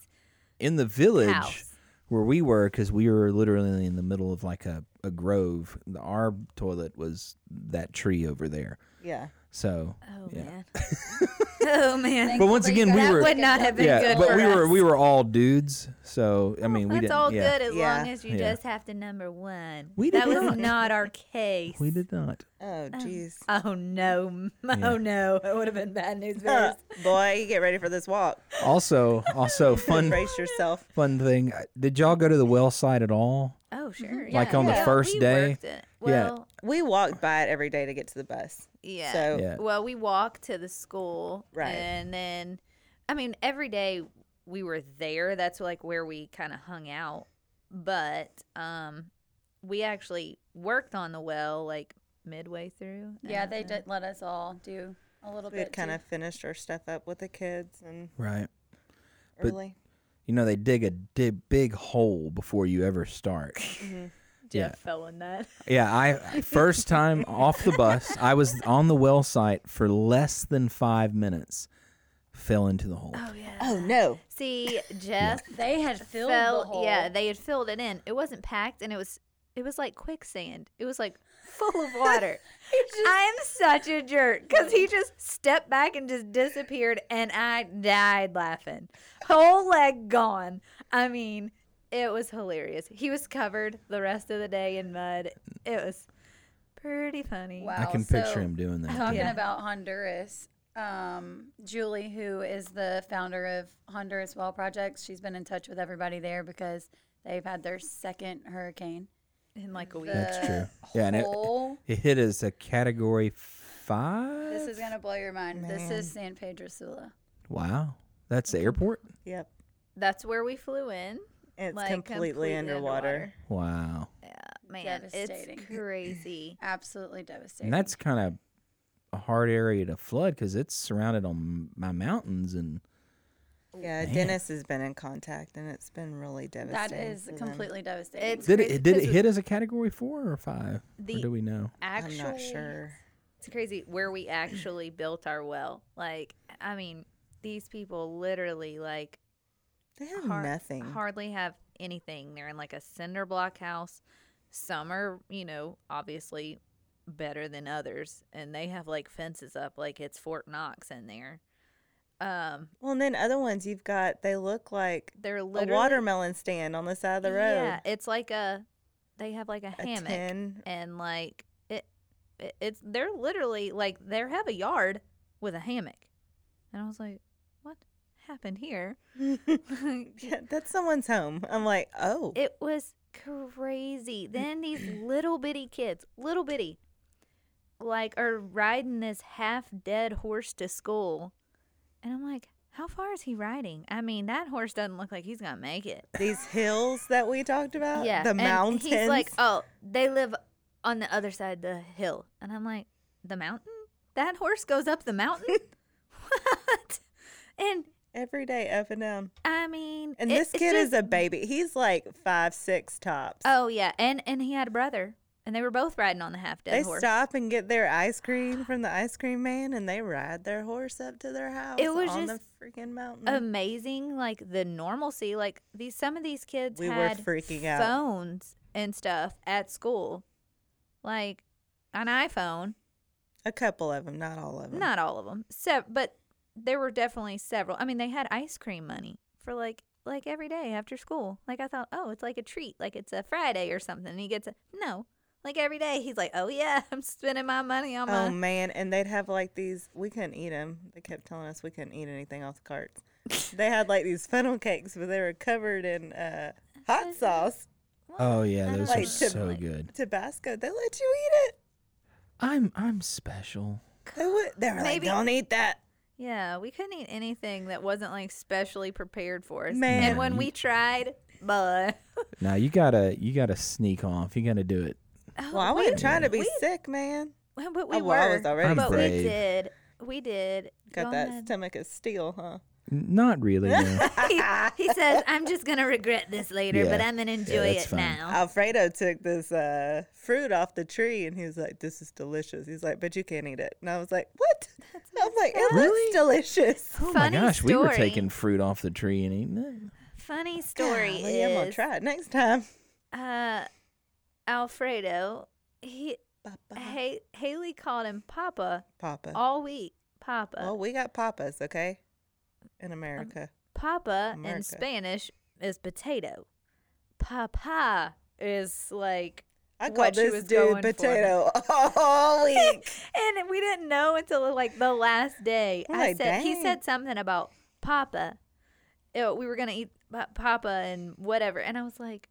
Speaker 2: in the village
Speaker 4: house.
Speaker 2: where we were, because we were literally in the middle of like a, a grove, our toilet was that tree over there.
Speaker 5: Yeah.
Speaker 2: So.
Speaker 4: Oh
Speaker 2: Yeah.
Speaker 4: man. oh man.
Speaker 2: But once
Speaker 3: Thankfully,
Speaker 2: again, we
Speaker 3: got
Speaker 2: were-
Speaker 3: that
Speaker 4: Would not have been
Speaker 2: Yeah,
Speaker 4: good
Speaker 2: but
Speaker 4: for
Speaker 2: we were
Speaker 4: us. Oh,
Speaker 2: we were all dudes, so I mean we
Speaker 4: That's
Speaker 2: didn't.
Speaker 4: all
Speaker 2: yeah,
Speaker 4: good as
Speaker 5: Yeah.
Speaker 4: long as you
Speaker 2: Yeah.
Speaker 4: just have to number one.
Speaker 2: We
Speaker 4: that
Speaker 2: did
Speaker 4: was
Speaker 2: not.
Speaker 4: not our case.
Speaker 2: we did not.
Speaker 3: Um,
Speaker 5: Oh, jeez.
Speaker 4: Oh no! m- Oh no! It would have been bad news
Speaker 5: Huh.
Speaker 4: bears.
Speaker 5: Boy, you get ready for this walk.
Speaker 2: Also, also fun
Speaker 5: Brace yourself.
Speaker 2: fun thing. uh, Did y'all go to the well site at all?
Speaker 4: Oh sure.
Speaker 2: Like on the first
Speaker 4: we
Speaker 2: day?
Speaker 4: worked it. Well,
Speaker 5: we walked by it every day to get to the bus.
Speaker 4: Yeah.
Speaker 5: So
Speaker 2: Yeah.
Speaker 4: Well, we walked to the school,
Speaker 5: Right.
Speaker 4: And then, I mean, every day we were there. That's like where we kind of hung out. But um, we actually worked on the well like midway through.
Speaker 3: Yeah,
Speaker 4: and-
Speaker 3: they
Speaker 4: and-
Speaker 3: did let us all do a little
Speaker 5: we
Speaker 3: bit.
Speaker 5: had kind
Speaker 3: too.
Speaker 5: of finished our stuff up with the kids and
Speaker 2: Right. But-
Speaker 5: early.
Speaker 2: You know, they dig a di- big hole before you ever start.
Speaker 4: Jeff
Speaker 2: yeah.
Speaker 4: fell in that.
Speaker 2: Yeah, I first time off the bus, I was on the well site for less than five minutes, fell into the hole.
Speaker 4: yeah.
Speaker 5: Oh no.
Speaker 4: See, Jeff
Speaker 3: They had filled the
Speaker 4: fell.
Speaker 3: hole.
Speaker 4: Yeah, they had filled it in. It wasn't packed, and it was it was like quicksand. It was like full of water. I'm such a jerk because he just stepped back and just disappeared, and I died laughing. Whole leg gone. I mean, it was hilarious. He was covered the rest of the day in mud. It was pretty funny.
Speaker 3: Wow.
Speaker 2: I can picture
Speaker 3: so-
Speaker 2: him doing that.
Speaker 3: Talking
Speaker 2: yeah.
Speaker 3: about Honduras, um, Julie, who is the founder of Honduras Well Projects, she's been in touch with everybody there because they've had their second hurricane.
Speaker 4: In like a week.
Speaker 2: That's true.
Speaker 3: The
Speaker 2: Yeah, and it-
Speaker 3: whole-
Speaker 2: It hit as a category five.
Speaker 3: this is gonna blow your mind. This is San Pedro Sula.
Speaker 2: wow, that's the airport.
Speaker 5: Yep.
Speaker 4: That's where we flew in.
Speaker 5: It's
Speaker 4: like,
Speaker 5: completely, underwater.
Speaker 2: Wow,
Speaker 4: Man,
Speaker 3: Devastating.
Speaker 4: it's crazy.
Speaker 3: Absolutely devastating.
Speaker 2: and that's kind of a hard area to flood because it's surrounded on my mountains and
Speaker 5: Yeah,
Speaker 2: Man.
Speaker 5: Dennis has been in contact and it's been really
Speaker 3: that
Speaker 5: devastating.
Speaker 3: is
Speaker 5: for them.
Speaker 3: completely devastating.
Speaker 4: It's-
Speaker 2: did
Speaker 4: crazy
Speaker 2: it did
Speaker 4: 'cause
Speaker 2: it hit as a category four or five?
Speaker 4: The
Speaker 2: or do we know?
Speaker 5: I'm
Speaker 4: Actually,
Speaker 5: not sure.
Speaker 4: It's crazy where we actually built our well. Like, I mean, these people literally like
Speaker 5: They have
Speaker 4: har-
Speaker 5: nothing.
Speaker 4: hardly have anything. They're in like a cinder block house. Some are, you know, obviously better than others, and they have like fences up, like it's Fort Knox in there. Um,
Speaker 5: Well, and then other ones you've got, they look like
Speaker 4: they're
Speaker 5: a
Speaker 4: literally
Speaker 5: watermelon stand on the side of the road.
Speaker 4: Yeah, it's like a. They have like a,
Speaker 5: a
Speaker 4: hammock.
Speaker 5: tin.
Speaker 4: and like it, it it's they're literally like they have a yard with a hammock and i was like what happened here
Speaker 5: Yeah, that's someone's home. I'm like, oh,
Speaker 4: it was crazy then these little bitty kids little bitty like are riding this half dead horse to school and i'm like how far is he riding i mean that horse doesn't look like he's gonna make it
Speaker 5: these hills that we talked about,
Speaker 4: yeah.
Speaker 5: the
Speaker 4: and
Speaker 5: mountains.
Speaker 4: He's like, oh, they live on the other side of the hill. And I'm like, the mountain? That horse goes up the mountain? what? And
Speaker 5: every day, up and down.
Speaker 4: I mean,
Speaker 5: And
Speaker 4: it-
Speaker 5: this
Speaker 4: it's
Speaker 5: kid is
Speaker 4: just-
Speaker 5: a baby. He's like five, six tops.
Speaker 4: Oh, yeah. And and he had a brother. And they were both riding on the half dead
Speaker 5: they
Speaker 4: horse.
Speaker 5: stop and get their ice cream from the ice cream man, and they ride their horse up to their house.
Speaker 4: It was
Speaker 5: on
Speaker 4: just um,
Speaker 5: the freaking mountain.
Speaker 4: Amazing, like the normalcy. Like these, some of these kids
Speaker 5: We were
Speaker 4: had
Speaker 5: freaking out.
Speaker 4: phones and stuff at school, like an iPhone.
Speaker 5: a couple of them, not all of them.
Speaker 4: Not all of them. Se- but there were definitely several. I mean, they had ice cream money for like like every day after school. Like I thought, oh, it's like a treat, like it's a Friday or something. And he gets a no. Like every day, he's like, oh yeah, I'm spending my money on my.
Speaker 5: Oh man, and they'd have like these. We couldn't eat them. They kept telling us we couldn't eat anything off the carts. they had like these funnel cakes, but they were covered in uh, hot sauce,
Speaker 2: Oh yeah,
Speaker 4: I
Speaker 2: those
Speaker 4: don't
Speaker 2: are
Speaker 5: like to-
Speaker 2: so good.
Speaker 5: Tabasco. They let you eat it.
Speaker 2: I'm I'm special.
Speaker 5: They would. They were
Speaker 4: Maybe-
Speaker 5: like, "Don't eat that."
Speaker 4: Yeah, we couldn't eat anything that wasn't like specially prepared for us.
Speaker 5: Man.
Speaker 4: And when we tried, but
Speaker 2: Now you gotta you gotta sneak off. You gotta do it.
Speaker 5: Well, I wasn't trying to be
Speaker 4: Oh, we-
Speaker 5: sick, man.
Speaker 4: but we
Speaker 5: Oh,
Speaker 4: were,
Speaker 5: well, I was already
Speaker 2: I'm
Speaker 4: but we
Speaker 2: brave.
Speaker 4: did, we did.
Speaker 5: Got
Speaker 4: go
Speaker 5: that
Speaker 4: ahead.
Speaker 5: stomach of steel, huh?
Speaker 2: N- Not really. No.
Speaker 4: he, he says, "I'm just gonna regret this later, but
Speaker 2: Yeah.
Speaker 4: I'm gonna enjoy
Speaker 2: that's
Speaker 4: it
Speaker 2: fine.
Speaker 4: now."
Speaker 5: Alfredo took this uh, fruit off the tree, and he was like, "This is delicious." He's like, "But you can't eat it." And I was like, "What?" I was like, "It
Speaker 2: Really?
Speaker 5: looks delicious."
Speaker 2: oh my gosh, we were taking fruit off the tree and eating it.
Speaker 4: Funny story
Speaker 5: Golly, I'm gonna
Speaker 4: is
Speaker 5: try it next time.
Speaker 4: uh, Alfredo. He
Speaker 2: Uh-huh.
Speaker 5: Papa.
Speaker 4: ha- Haley called him Papa
Speaker 5: Papa.
Speaker 4: all week. Papa,
Speaker 2: Oh,
Speaker 5: Well, we got papas, okay? In
Speaker 4: Um,
Speaker 5: America.
Speaker 4: Papa in
Speaker 5: America.
Speaker 4: Spanish is potato. Papa is like
Speaker 5: I called
Speaker 4: what she
Speaker 5: this
Speaker 4: was
Speaker 5: dude
Speaker 4: going for.
Speaker 5: potato all week.
Speaker 4: and we didn't know until like the last day.
Speaker 5: I'm
Speaker 4: I
Speaker 5: like,
Speaker 4: said he
Speaker 5: Oh, "Dang."
Speaker 4: said something about Papa. Oh, we were gonna eat pa- Papa and whatever, and I was like,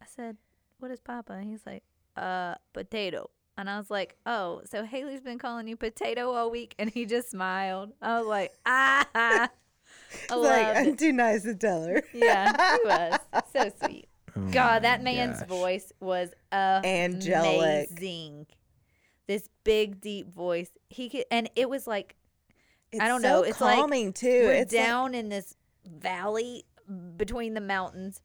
Speaker 4: I said, "What is Papa?" And he's like, uh, potato. And I was like, oh, so Haley's been calling you potato all week. And he just smiled. I was like, ah. I
Speaker 5: like
Speaker 4: loved
Speaker 5: I'm
Speaker 4: it.
Speaker 5: too nice to tell her.
Speaker 4: Yeah, uh, he was. So sweet.
Speaker 2: Oh
Speaker 4: God,
Speaker 2: my
Speaker 4: that man's
Speaker 2: gosh.
Speaker 4: voice was
Speaker 5: Mm, Angelic.
Speaker 4: amazing. This big, deep voice. He could, and it was like
Speaker 5: It's
Speaker 4: don't
Speaker 5: so
Speaker 4: know, it's like
Speaker 5: calming too.
Speaker 4: we're
Speaker 5: it's like-
Speaker 4: down in this valley between the mountains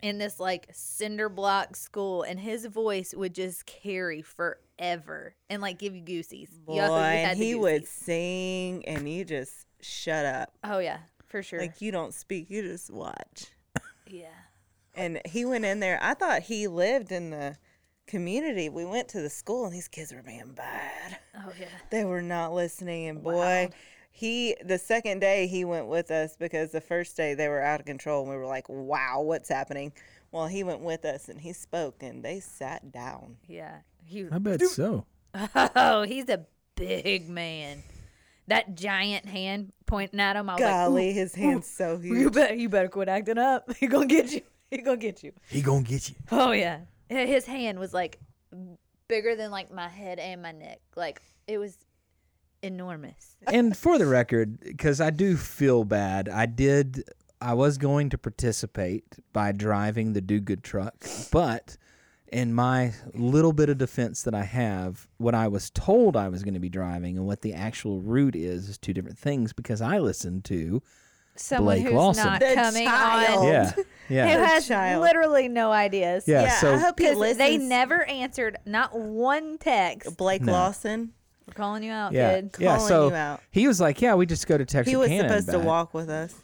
Speaker 4: in this like cinder block school and his voice would just carry forever and like give you goosies You-
Speaker 5: Boy,
Speaker 4: you had
Speaker 5: and
Speaker 4: the
Speaker 5: he would
Speaker 4: goosies.
Speaker 5: sing, and you just shut up.
Speaker 4: oh yeah for sure
Speaker 5: Like you don't speak, you just watch.
Speaker 4: yeah
Speaker 5: And he went in there. I thought he lived in the community. We went to the school, and these kids were being bad.
Speaker 4: oh yeah
Speaker 5: They were not listening, and boy. He the second day he went with us because the first day they were out of control and we were like, "Wow, what's happening?" Well, he went with us and he spoke and they sat down.
Speaker 4: yeah he
Speaker 2: I bet so.
Speaker 4: oh he's a big man that giant hand pointing at him i was
Speaker 5: Golly, his hands so
Speaker 4: like you
Speaker 5: huge.
Speaker 4: better you better quit acting up he gonna get you he gonna get you
Speaker 2: He gonna get you.
Speaker 4: Oh yeah, Yeah, his hand was like bigger than like my head and my neck. Like it was enormous.
Speaker 2: and for the record, because I do feel bad, I did. I was going to participate by driving the do good truck, but in my little bit of defense that I have, what I was told I was going to be driving and what the actual route is is two different things because I listened to.
Speaker 4: Someone
Speaker 2: Blake
Speaker 4: who's
Speaker 2: Lawson.
Speaker 4: not
Speaker 5: The
Speaker 4: coming
Speaker 5: child.
Speaker 4: on.
Speaker 2: Yeah.
Speaker 4: Who
Speaker 2: Yeah.
Speaker 5: The
Speaker 4: has
Speaker 5: child.
Speaker 4: literally no ideas.
Speaker 2: Yeah.
Speaker 5: Yeah,
Speaker 2: so
Speaker 5: I hope he
Speaker 4: Because
Speaker 5: listens.
Speaker 4: they never answered not one text.
Speaker 5: Blake
Speaker 2: No.
Speaker 5: Lawson.
Speaker 4: We're calling you out,
Speaker 2: yeah,
Speaker 4: kid.
Speaker 2: yeah.
Speaker 5: calling
Speaker 2: So
Speaker 5: you out.
Speaker 2: he was like, "Yeah, we just go to Texas."
Speaker 5: He was supposed to walk with us.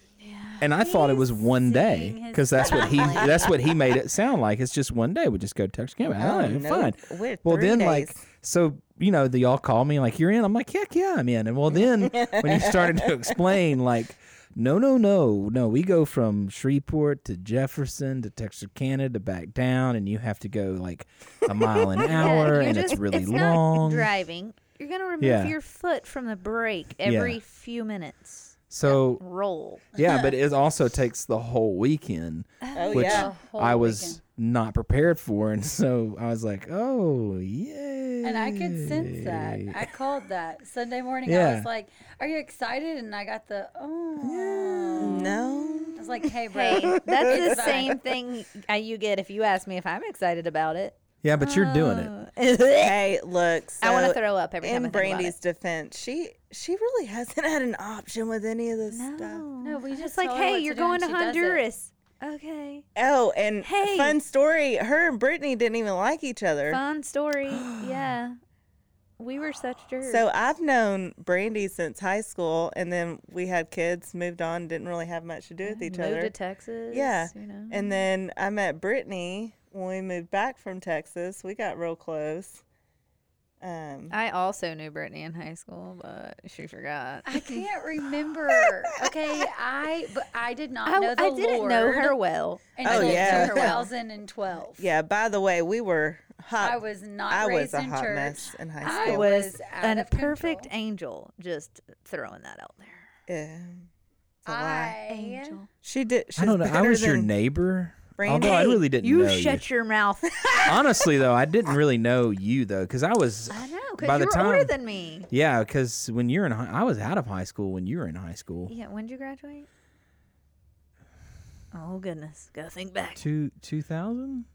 Speaker 2: and I thought it was one day
Speaker 4: singing his
Speaker 2: because that's what he that's what he made it sound like. It's just one day. We just go to Texas Camp.
Speaker 5: Oh,
Speaker 2: Oh,
Speaker 5: no.
Speaker 2: fine.
Speaker 5: We're
Speaker 2: well,
Speaker 5: three
Speaker 2: then like
Speaker 5: days.
Speaker 2: so you know the y'all call me like you're in. I'm like heck yeah I'm in. And well then when you started to explain like. No, no, no, no. We go from Shreveport to Jefferson to Texarkana to back down, and you have to go like a mile an
Speaker 4: Yeah,
Speaker 2: hour,
Speaker 4: you're
Speaker 2: and
Speaker 4: just-
Speaker 2: it's really
Speaker 4: not
Speaker 2: long.
Speaker 4: driving. You're gonna remove
Speaker 2: Yeah.
Speaker 4: your foot from the brake every few minutes.
Speaker 2: So
Speaker 4: Roll.
Speaker 2: yeah, but it also takes the whole weekend.
Speaker 5: Oh
Speaker 2: Which-
Speaker 3: The
Speaker 5: yeah.
Speaker 3: whole
Speaker 2: I was
Speaker 3: weekend.
Speaker 2: not prepared for, and so I was like, "Oh, yay!"
Speaker 3: And I could sense that. I called that Sunday morning. I
Speaker 2: Yeah.
Speaker 3: was like, "Are you excited?" And I got the oh.
Speaker 5: No.
Speaker 3: I was like, "Hey, bro,
Speaker 4: Hey, that's
Speaker 3: it's
Speaker 4: the
Speaker 3: fine."
Speaker 4: same thing uh, you get if you ask me if I'm excited about it.
Speaker 2: yeah, but you're doing
Speaker 4: uh,
Speaker 2: it.
Speaker 5: Hey, look. So
Speaker 4: I want to throw up every time. I
Speaker 5: in
Speaker 4: think about
Speaker 5: Brandy's
Speaker 4: it.
Speaker 5: defense, she she really hasn't had an option with any of this stuff.
Speaker 4: No,
Speaker 3: we
Speaker 4: I'm
Speaker 3: just
Speaker 4: Oh, like,
Speaker 3: tell her
Speaker 4: hey,
Speaker 3: what to
Speaker 4: you're
Speaker 3: do
Speaker 4: going
Speaker 3: and
Speaker 4: to
Speaker 3: she does it."
Speaker 4: Honduras. Okay,
Speaker 5: Oh, and
Speaker 4: Hey.
Speaker 5: fun story. Her and Brittany didn't even like each other.
Speaker 4: fun story. yeah, we were such jerks.
Speaker 5: So I've known Brandy since high school, and then we had kids, moved on, didn't really have much to do with each
Speaker 4: moved
Speaker 5: other.
Speaker 4: to Texas.
Speaker 5: Yeah.
Speaker 4: you know.
Speaker 5: And then I met Brittany when we moved back from Texas. We got real close. Um,
Speaker 4: I also knew Brittany in high school, but she forgot.
Speaker 3: I can't remember. Okay, I but I did not
Speaker 4: I,
Speaker 3: know the
Speaker 4: I didn't
Speaker 3: Lord
Speaker 4: know her well.
Speaker 5: Oh,
Speaker 3: until
Speaker 5: yeah.
Speaker 3: 2012.
Speaker 5: yeah. By the way, we were hot.
Speaker 3: I was not
Speaker 5: I was
Speaker 3: raised
Speaker 5: a
Speaker 3: in
Speaker 5: hot
Speaker 3: church.
Speaker 5: mess in
Speaker 3: I
Speaker 5: high school.
Speaker 4: I
Speaker 3: was
Speaker 4: was
Speaker 3: out
Speaker 4: an
Speaker 3: of
Speaker 4: perfect
Speaker 3: control.
Speaker 4: angel. Just throwing that out there.
Speaker 5: Yeah. It's a lie.
Speaker 3: I
Speaker 4: Angel.
Speaker 5: She did. She's
Speaker 2: I don't know. I
Speaker 5: better
Speaker 2: was your
Speaker 5: than-
Speaker 2: neighbor,
Speaker 5: Brandy.
Speaker 2: although I
Speaker 5: Hey,
Speaker 2: really didn't
Speaker 4: you
Speaker 2: know
Speaker 4: shut your mouth.
Speaker 2: Honestly, though, I didn't really know you though, because I was.
Speaker 4: I know,
Speaker 2: By
Speaker 4: because
Speaker 2: the
Speaker 4: you were older
Speaker 2: time-
Speaker 4: than me.
Speaker 2: Yeah, because when you're in, high, I was out of high school when you were in high school.
Speaker 4: Yeah, when did you graduate? Oh goodness, gotta think back.
Speaker 2: Two two thousand,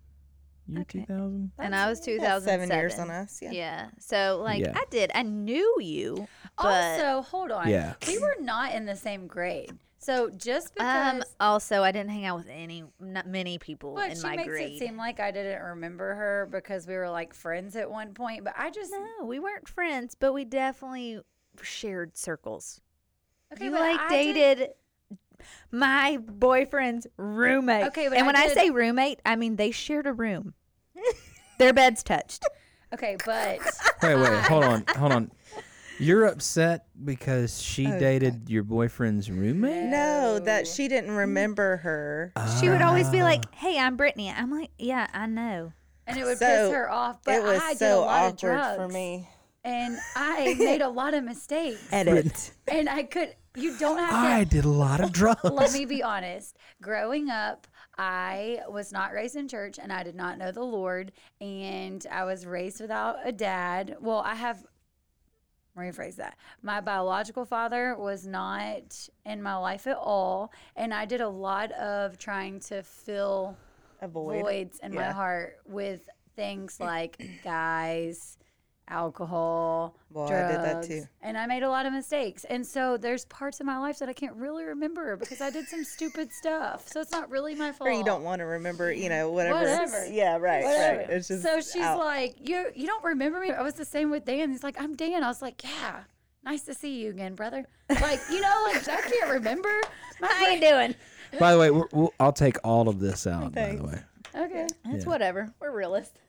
Speaker 2: year
Speaker 4: Okay.
Speaker 2: two thousand.
Speaker 4: and I was
Speaker 5: Yeah,
Speaker 4: 2007.
Speaker 5: Seven years on us. Yeah.
Speaker 4: Yeah, so like
Speaker 2: Yeah.
Speaker 4: I did, I knew you, but
Speaker 3: Also, hold on.
Speaker 2: Yeah.
Speaker 3: We were not in the same grade. So just because
Speaker 4: um, also I didn't hang out with any not many people
Speaker 3: but
Speaker 4: in
Speaker 3: she
Speaker 4: my
Speaker 3: makes
Speaker 4: grade.
Speaker 3: it seem like I didn't remember her because we were like friends at one point, but I just
Speaker 4: no, we weren't friends, but we definitely shared circles.
Speaker 3: okay,
Speaker 4: you
Speaker 3: but
Speaker 4: like
Speaker 3: I did-
Speaker 4: dated my boyfriend's roommate.
Speaker 3: Okay, but
Speaker 4: and
Speaker 3: I
Speaker 4: when I
Speaker 3: did-
Speaker 4: say roommate, I mean they shared a room. Their beds touched.
Speaker 3: Okay, but
Speaker 2: Wait, wait, hold on, hold on. You're upset because she dated your boyfriend's roommate.
Speaker 5: No, that she didn't remember her.
Speaker 4: She would always be like,
Speaker 2: Ah.
Speaker 4: "Hey, I'm Brittany." I'm like, "Yeah, I know."
Speaker 3: and it would
Speaker 5: So,
Speaker 3: piss her off, but
Speaker 5: it was
Speaker 3: I did
Speaker 5: so
Speaker 3: a lot of
Speaker 5: awkward
Speaker 3: drugs
Speaker 5: for me.
Speaker 3: and I made a lot of mistakes.
Speaker 5: Edit.
Speaker 3: And I could you don't have to
Speaker 2: I did a lot of drugs.
Speaker 3: let me be honest. Growing up, I was not raised in church and I did not know the Lord. And I was raised without a dad. Well, I have, rephrase that. My biological father was not in my life at all. And I did a lot of trying to fill
Speaker 5: Avoid.
Speaker 3: voids in my
Speaker 5: Yeah.
Speaker 3: heart with things like guys, alcohol,
Speaker 5: Boy, I
Speaker 3: drugs,
Speaker 5: did that too.
Speaker 3: and I made a lot of mistakes. And so there's parts of my life that I can't really remember because I did some stupid stuff. So it's not really my fault.
Speaker 5: Or you don't want to remember, you know, whatever.
Speaker 3: Whatever.
Speaker 5: Yeah, right, right.
Speaker 3: Whatever.
Speaker 5: It's just
Speaker 3: so she's
Speaker 5: out.
Speaker 3: like, you you don't remember me? I was the same with Dan. He's like, I'm Dan. I was like, yeah. Nice to see you again, brother. Like, you know, like I can't remember. My
Speaker 4: How you doing?
Speaker 2: By the way, we're, we'll, I'll take all of this out. By the way,
Speaker 3: brain- okay.
Speaker 4: It's whatever. We're realists.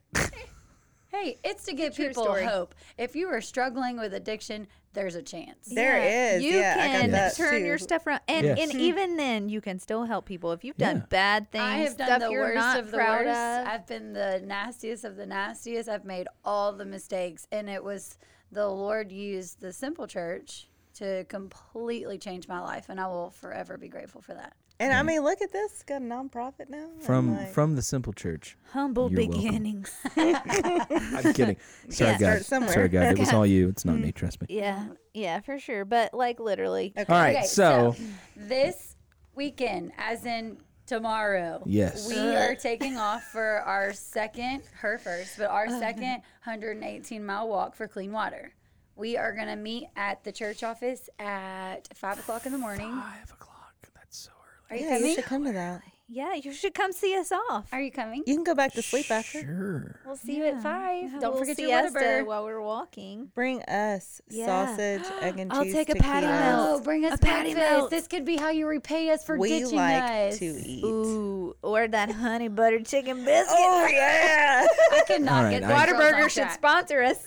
Speaker 3: Hey, it's to give people
Speaker 4: story.
Speaker 3: hope. If you are struggling with addiction, there's a chance.
Speaker 5: There it is.
Speaker 4: You
Speaker 5: yeah, I got
Speaker 4: can
Speaker 5: that
Speaker 4: turn
Speaker 5: too.
Speaker 4: your stuff around, and
Speaker 2: Yes.
Speaker 4: and even then, you can still help people if you've done
Speaker 2: Yeah.
Speaker 4: bad things.
Speaker 3: I have done
Speaker 4: stuff
Speaker 3: the
Speaker 4: you're
Speaker 3: worst
Speaker 4: not
Speaker 3: of the
Speaker 4: proud
Speaker 3: worst.
Speaker 4: of.
Speaker 3: I've been the nastiest of the nastiest. I've made all the mistakes, and it was the Lord used the simple church to completely change my life, and I will forever be grateful for that.
Speaker 5: And I mean, look at this. Got a nonprofit now. and,
Speaker 2: from
Speaker 5: like,
Speaker 2: from the simple church.
Speaker 4: Humble
Speaker 2: You're welcome.
Speaker 4: beginnings.
Speaker 2: I'm kidding. Sorry,
Speaker 4: Yeah.
Speaker 2: guys.
Speaker 5: Start
Speaker 2: Sorry,
Speaker 5: somewhere. Mm.
Speaker 2: guys. It was all you. It's not me. Trust me.
Speaker 4: yeah, yeah, for sure. But like literally,
Speaker 2: All right.
Speaker 3: Okay,
Speaker 2: so,
Speaker 3: this weekend, as in tomorrow,
Speaker 2: Yes.
Speaker 3: we are taking off for our second, her first, but our second 118 mile walk for clean water. We are gonna meet at the church office at five o'clock in the morning.
Speaker 2: five o'clock. That's so early.
Speaker 3: Are you
Speaker 5: Yeah, you
Speaker 3: coming?
Speaker 5: should come to that.
Speaker 4: yeah, you should come see us off.
Speaker 3: Are you coming?
Speaker 5: You can go back to sleep after.
Speaker 2: Sure.
Speaker 3: We'll see you at five.
Speaker 4: Yeah,
Speaker 3: Don't
Speaker 4: we'll
Speaker 3: forget your
Speaker 4: siesta
Speaker 3: Whataburger.
Speaker 4: while we're walking.
Speaker 5: Bring us
Speaker 4: Yeah.
Speaker 5: sausage, egg, and cheese.
Speaker 4: I'll take a patty
Speaker 5: taquitos.
Speaker 4: melt.
Speaker 3: Oh, bring us
Speaker 4: A patty
Speaker 3: breakfast.
Speaker 4: melt.
Speaker 3: This could be how you repay us for
Speaker 5: We
Speaker 3: ditching
Speaker 5: like
Speaker 3: us.
Speaker 5: to eat.
Speaker 4: Ooh, or that honey butter chicken biscuit.
Speaker 5: Oh yeah.
Speaker 3: I cannot
Speaker 2: All right,
Speaker 3: get
Speaker 2: I-
Speaker 3: these girls
Speaker 4: Whataburger
Speaker 3: off
Speaker 4: should
Speaker 3: track.
Speaker 4: sponsor us.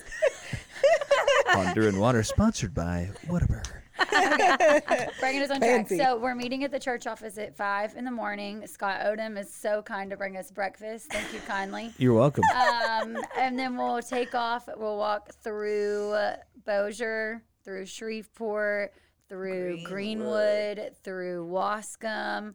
Speaker 2: Honduran water sponsored by Whataburger.
Speaker 3: bringing us on track.
Speaker 5: Fancy.
Speaker 3: So we're meeting at the church office at five in the morning. Scott Odom is so kind to bring us breakfast. Thank you kindly.
Speaker 2: You're welcome.
Speaker 5: Uh,
Speaker 3: Um, and then we'll take off. We'll walk through Bossier, through Shreveport, through Greenwood, through Wascom,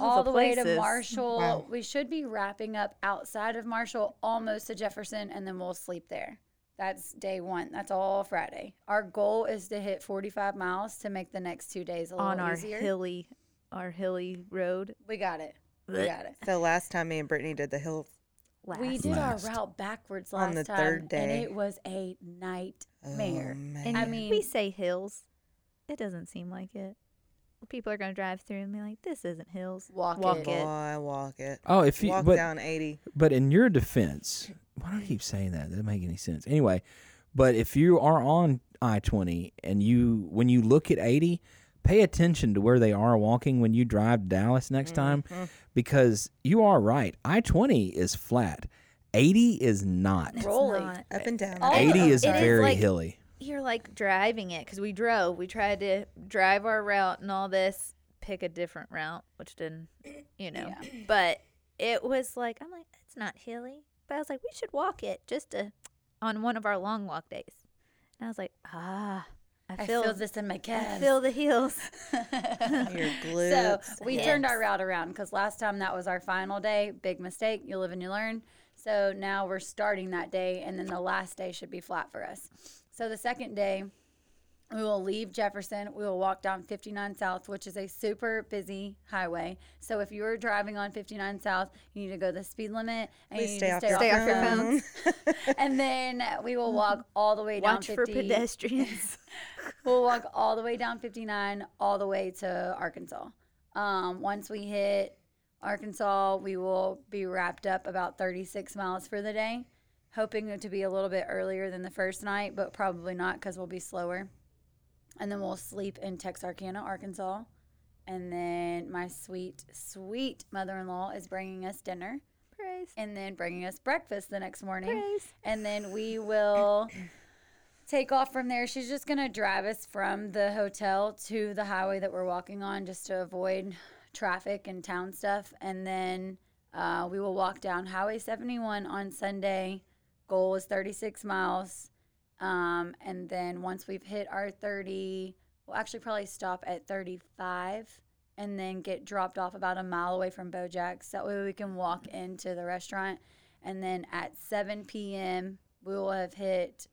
Speaker 3: all, the,
Speaker 4: the
Speaker 3: way to
Speaker 4: places.
Speaker 3: Marshall.
Speaker 5: Wow.
Speaker 3: We should be wrapping up outside of Marshall, almost to Jefferson, and then we'll sleep there. That's day one. That's all Friday. Our goal is to hit 45 miles to make the next two days a little
Speaker 4: on our
Speaker 3: easier.
Speaker 4: hilly, our hilly road.
Speaker 3: We got it. We got it.
Speaker 5: so last time me and Brittany did the hill.
Speaker 4: Last.
Speaker 3: We did
Speaker 2: Last.
Speaker 3: our route backwards last
Speaker 5: On the
Speaker 3: time,
Speaker 5: third
Speaker 3: and
Speaker 5: day. Um,
Speaker 3: it was a nightmare.
Speaker 5: oh, man.
Speaker 4: And
Speaker 3: I
Speaker 4: I
Speaker 3: mean-
Speaker 4: mean, we say hills. It doesn't seem like it. People are gonna drive through and be like, "This isn't hills."
Speaker 3: Walk it.
Speaker 5: Boy, walk it.
Speaker 2: Oh, if you
Speaker 5: walk
Speaker 2: but
Speaker 5: down eighty.
Speaker 2: but in your defense, why do I keep saying that? That doesn't make any sense. Anyway, but if you are on I twenty and you when you look at eighty, pay attention to where they are walking when you drive to Dallas next time, because you are right. I twenty is flat. Eighty is not.
Speaker 4: It's
Speaker 3: Rolling.
Speaker 4: not.
Speaker 5: Up and down.
Speaker 3: All
Speaker 2: Eighty
Speaker 3: of
Speaker 2: is
Speaker 4: it is
Speaker 2: very
Speaker 4: like-
Speaker 2: hilly.
Speaker 4: You're like driving it because we drove. We tried to drive our route and all this. Pick a different route, which didn't, you know. But it was like I'm like, it's not hilly. But I was like, we should walk it just to on one of our long walk days. And I was like, ah, I
Speaker 3: I
Speaker 4: feel,
Speaker 3: feel, this in my
Speaker 4: I
Speaker 3: calves.
Speaker 4: feel the heels.
Speaker 5: Your
Speaker 3: so
Speaker 5: glutes.
Speaker 3: we turned our route around because last time that was our final day. Big mistake. You live and you learn. So now we're starting that day, and then the last day should be flat for us. So the second day, we will leave Jefferson. We will walk down 59 South, which is a super busy highway. So if you're driving on 59 South, you need to go the speed limit and
Speaker 5: Please
Speaker 3: you need
Speaker 5: stay
Speaker 3: to
Speaker 5: off
Speaker 3: stay
Speaker 5: your
Speaker 3: off,
Speaker 4: Stay
Speaker 3: your
Speaker 4: off your
Speaker 3: phone.
Speaker 4: phones.
Speaker 3: and then we will walk all the way down
Speaker 4: Watch for
Speaker 3: 50
Speaker 4: pedestrians.
Speaker 3: We'll walk all the way down 59, all the way to Arkansas. Um, once we hit Arkansas, we will be wrapped up about 36 miles for the day, hoping to be a little bit earlier than the first night, but probably not because we'll be slower. And then we'll sleep in Texarkana, Arkansas. And then my sweet, sweet mother in law is bringing us dinner
Speaker 4: Praise.
Speaker 3: and then bringing us breakfast the next morning.
Speaker 4: Praise.
Speaker 3: And then we will take off from there. She's just going to drive us from the hotel to the highway that we're walking on just to avoid traffic and town stuff. And then uh, we will walk down Highway 71 on Sunday. Goal is 36 miles. Um, and then once we've hit our 30, we'll actually probably stop at 35 and then get dropped off about a mile away from Bojack's. That way we can walk into the restaurant. And then at 7 p.m., we will have hit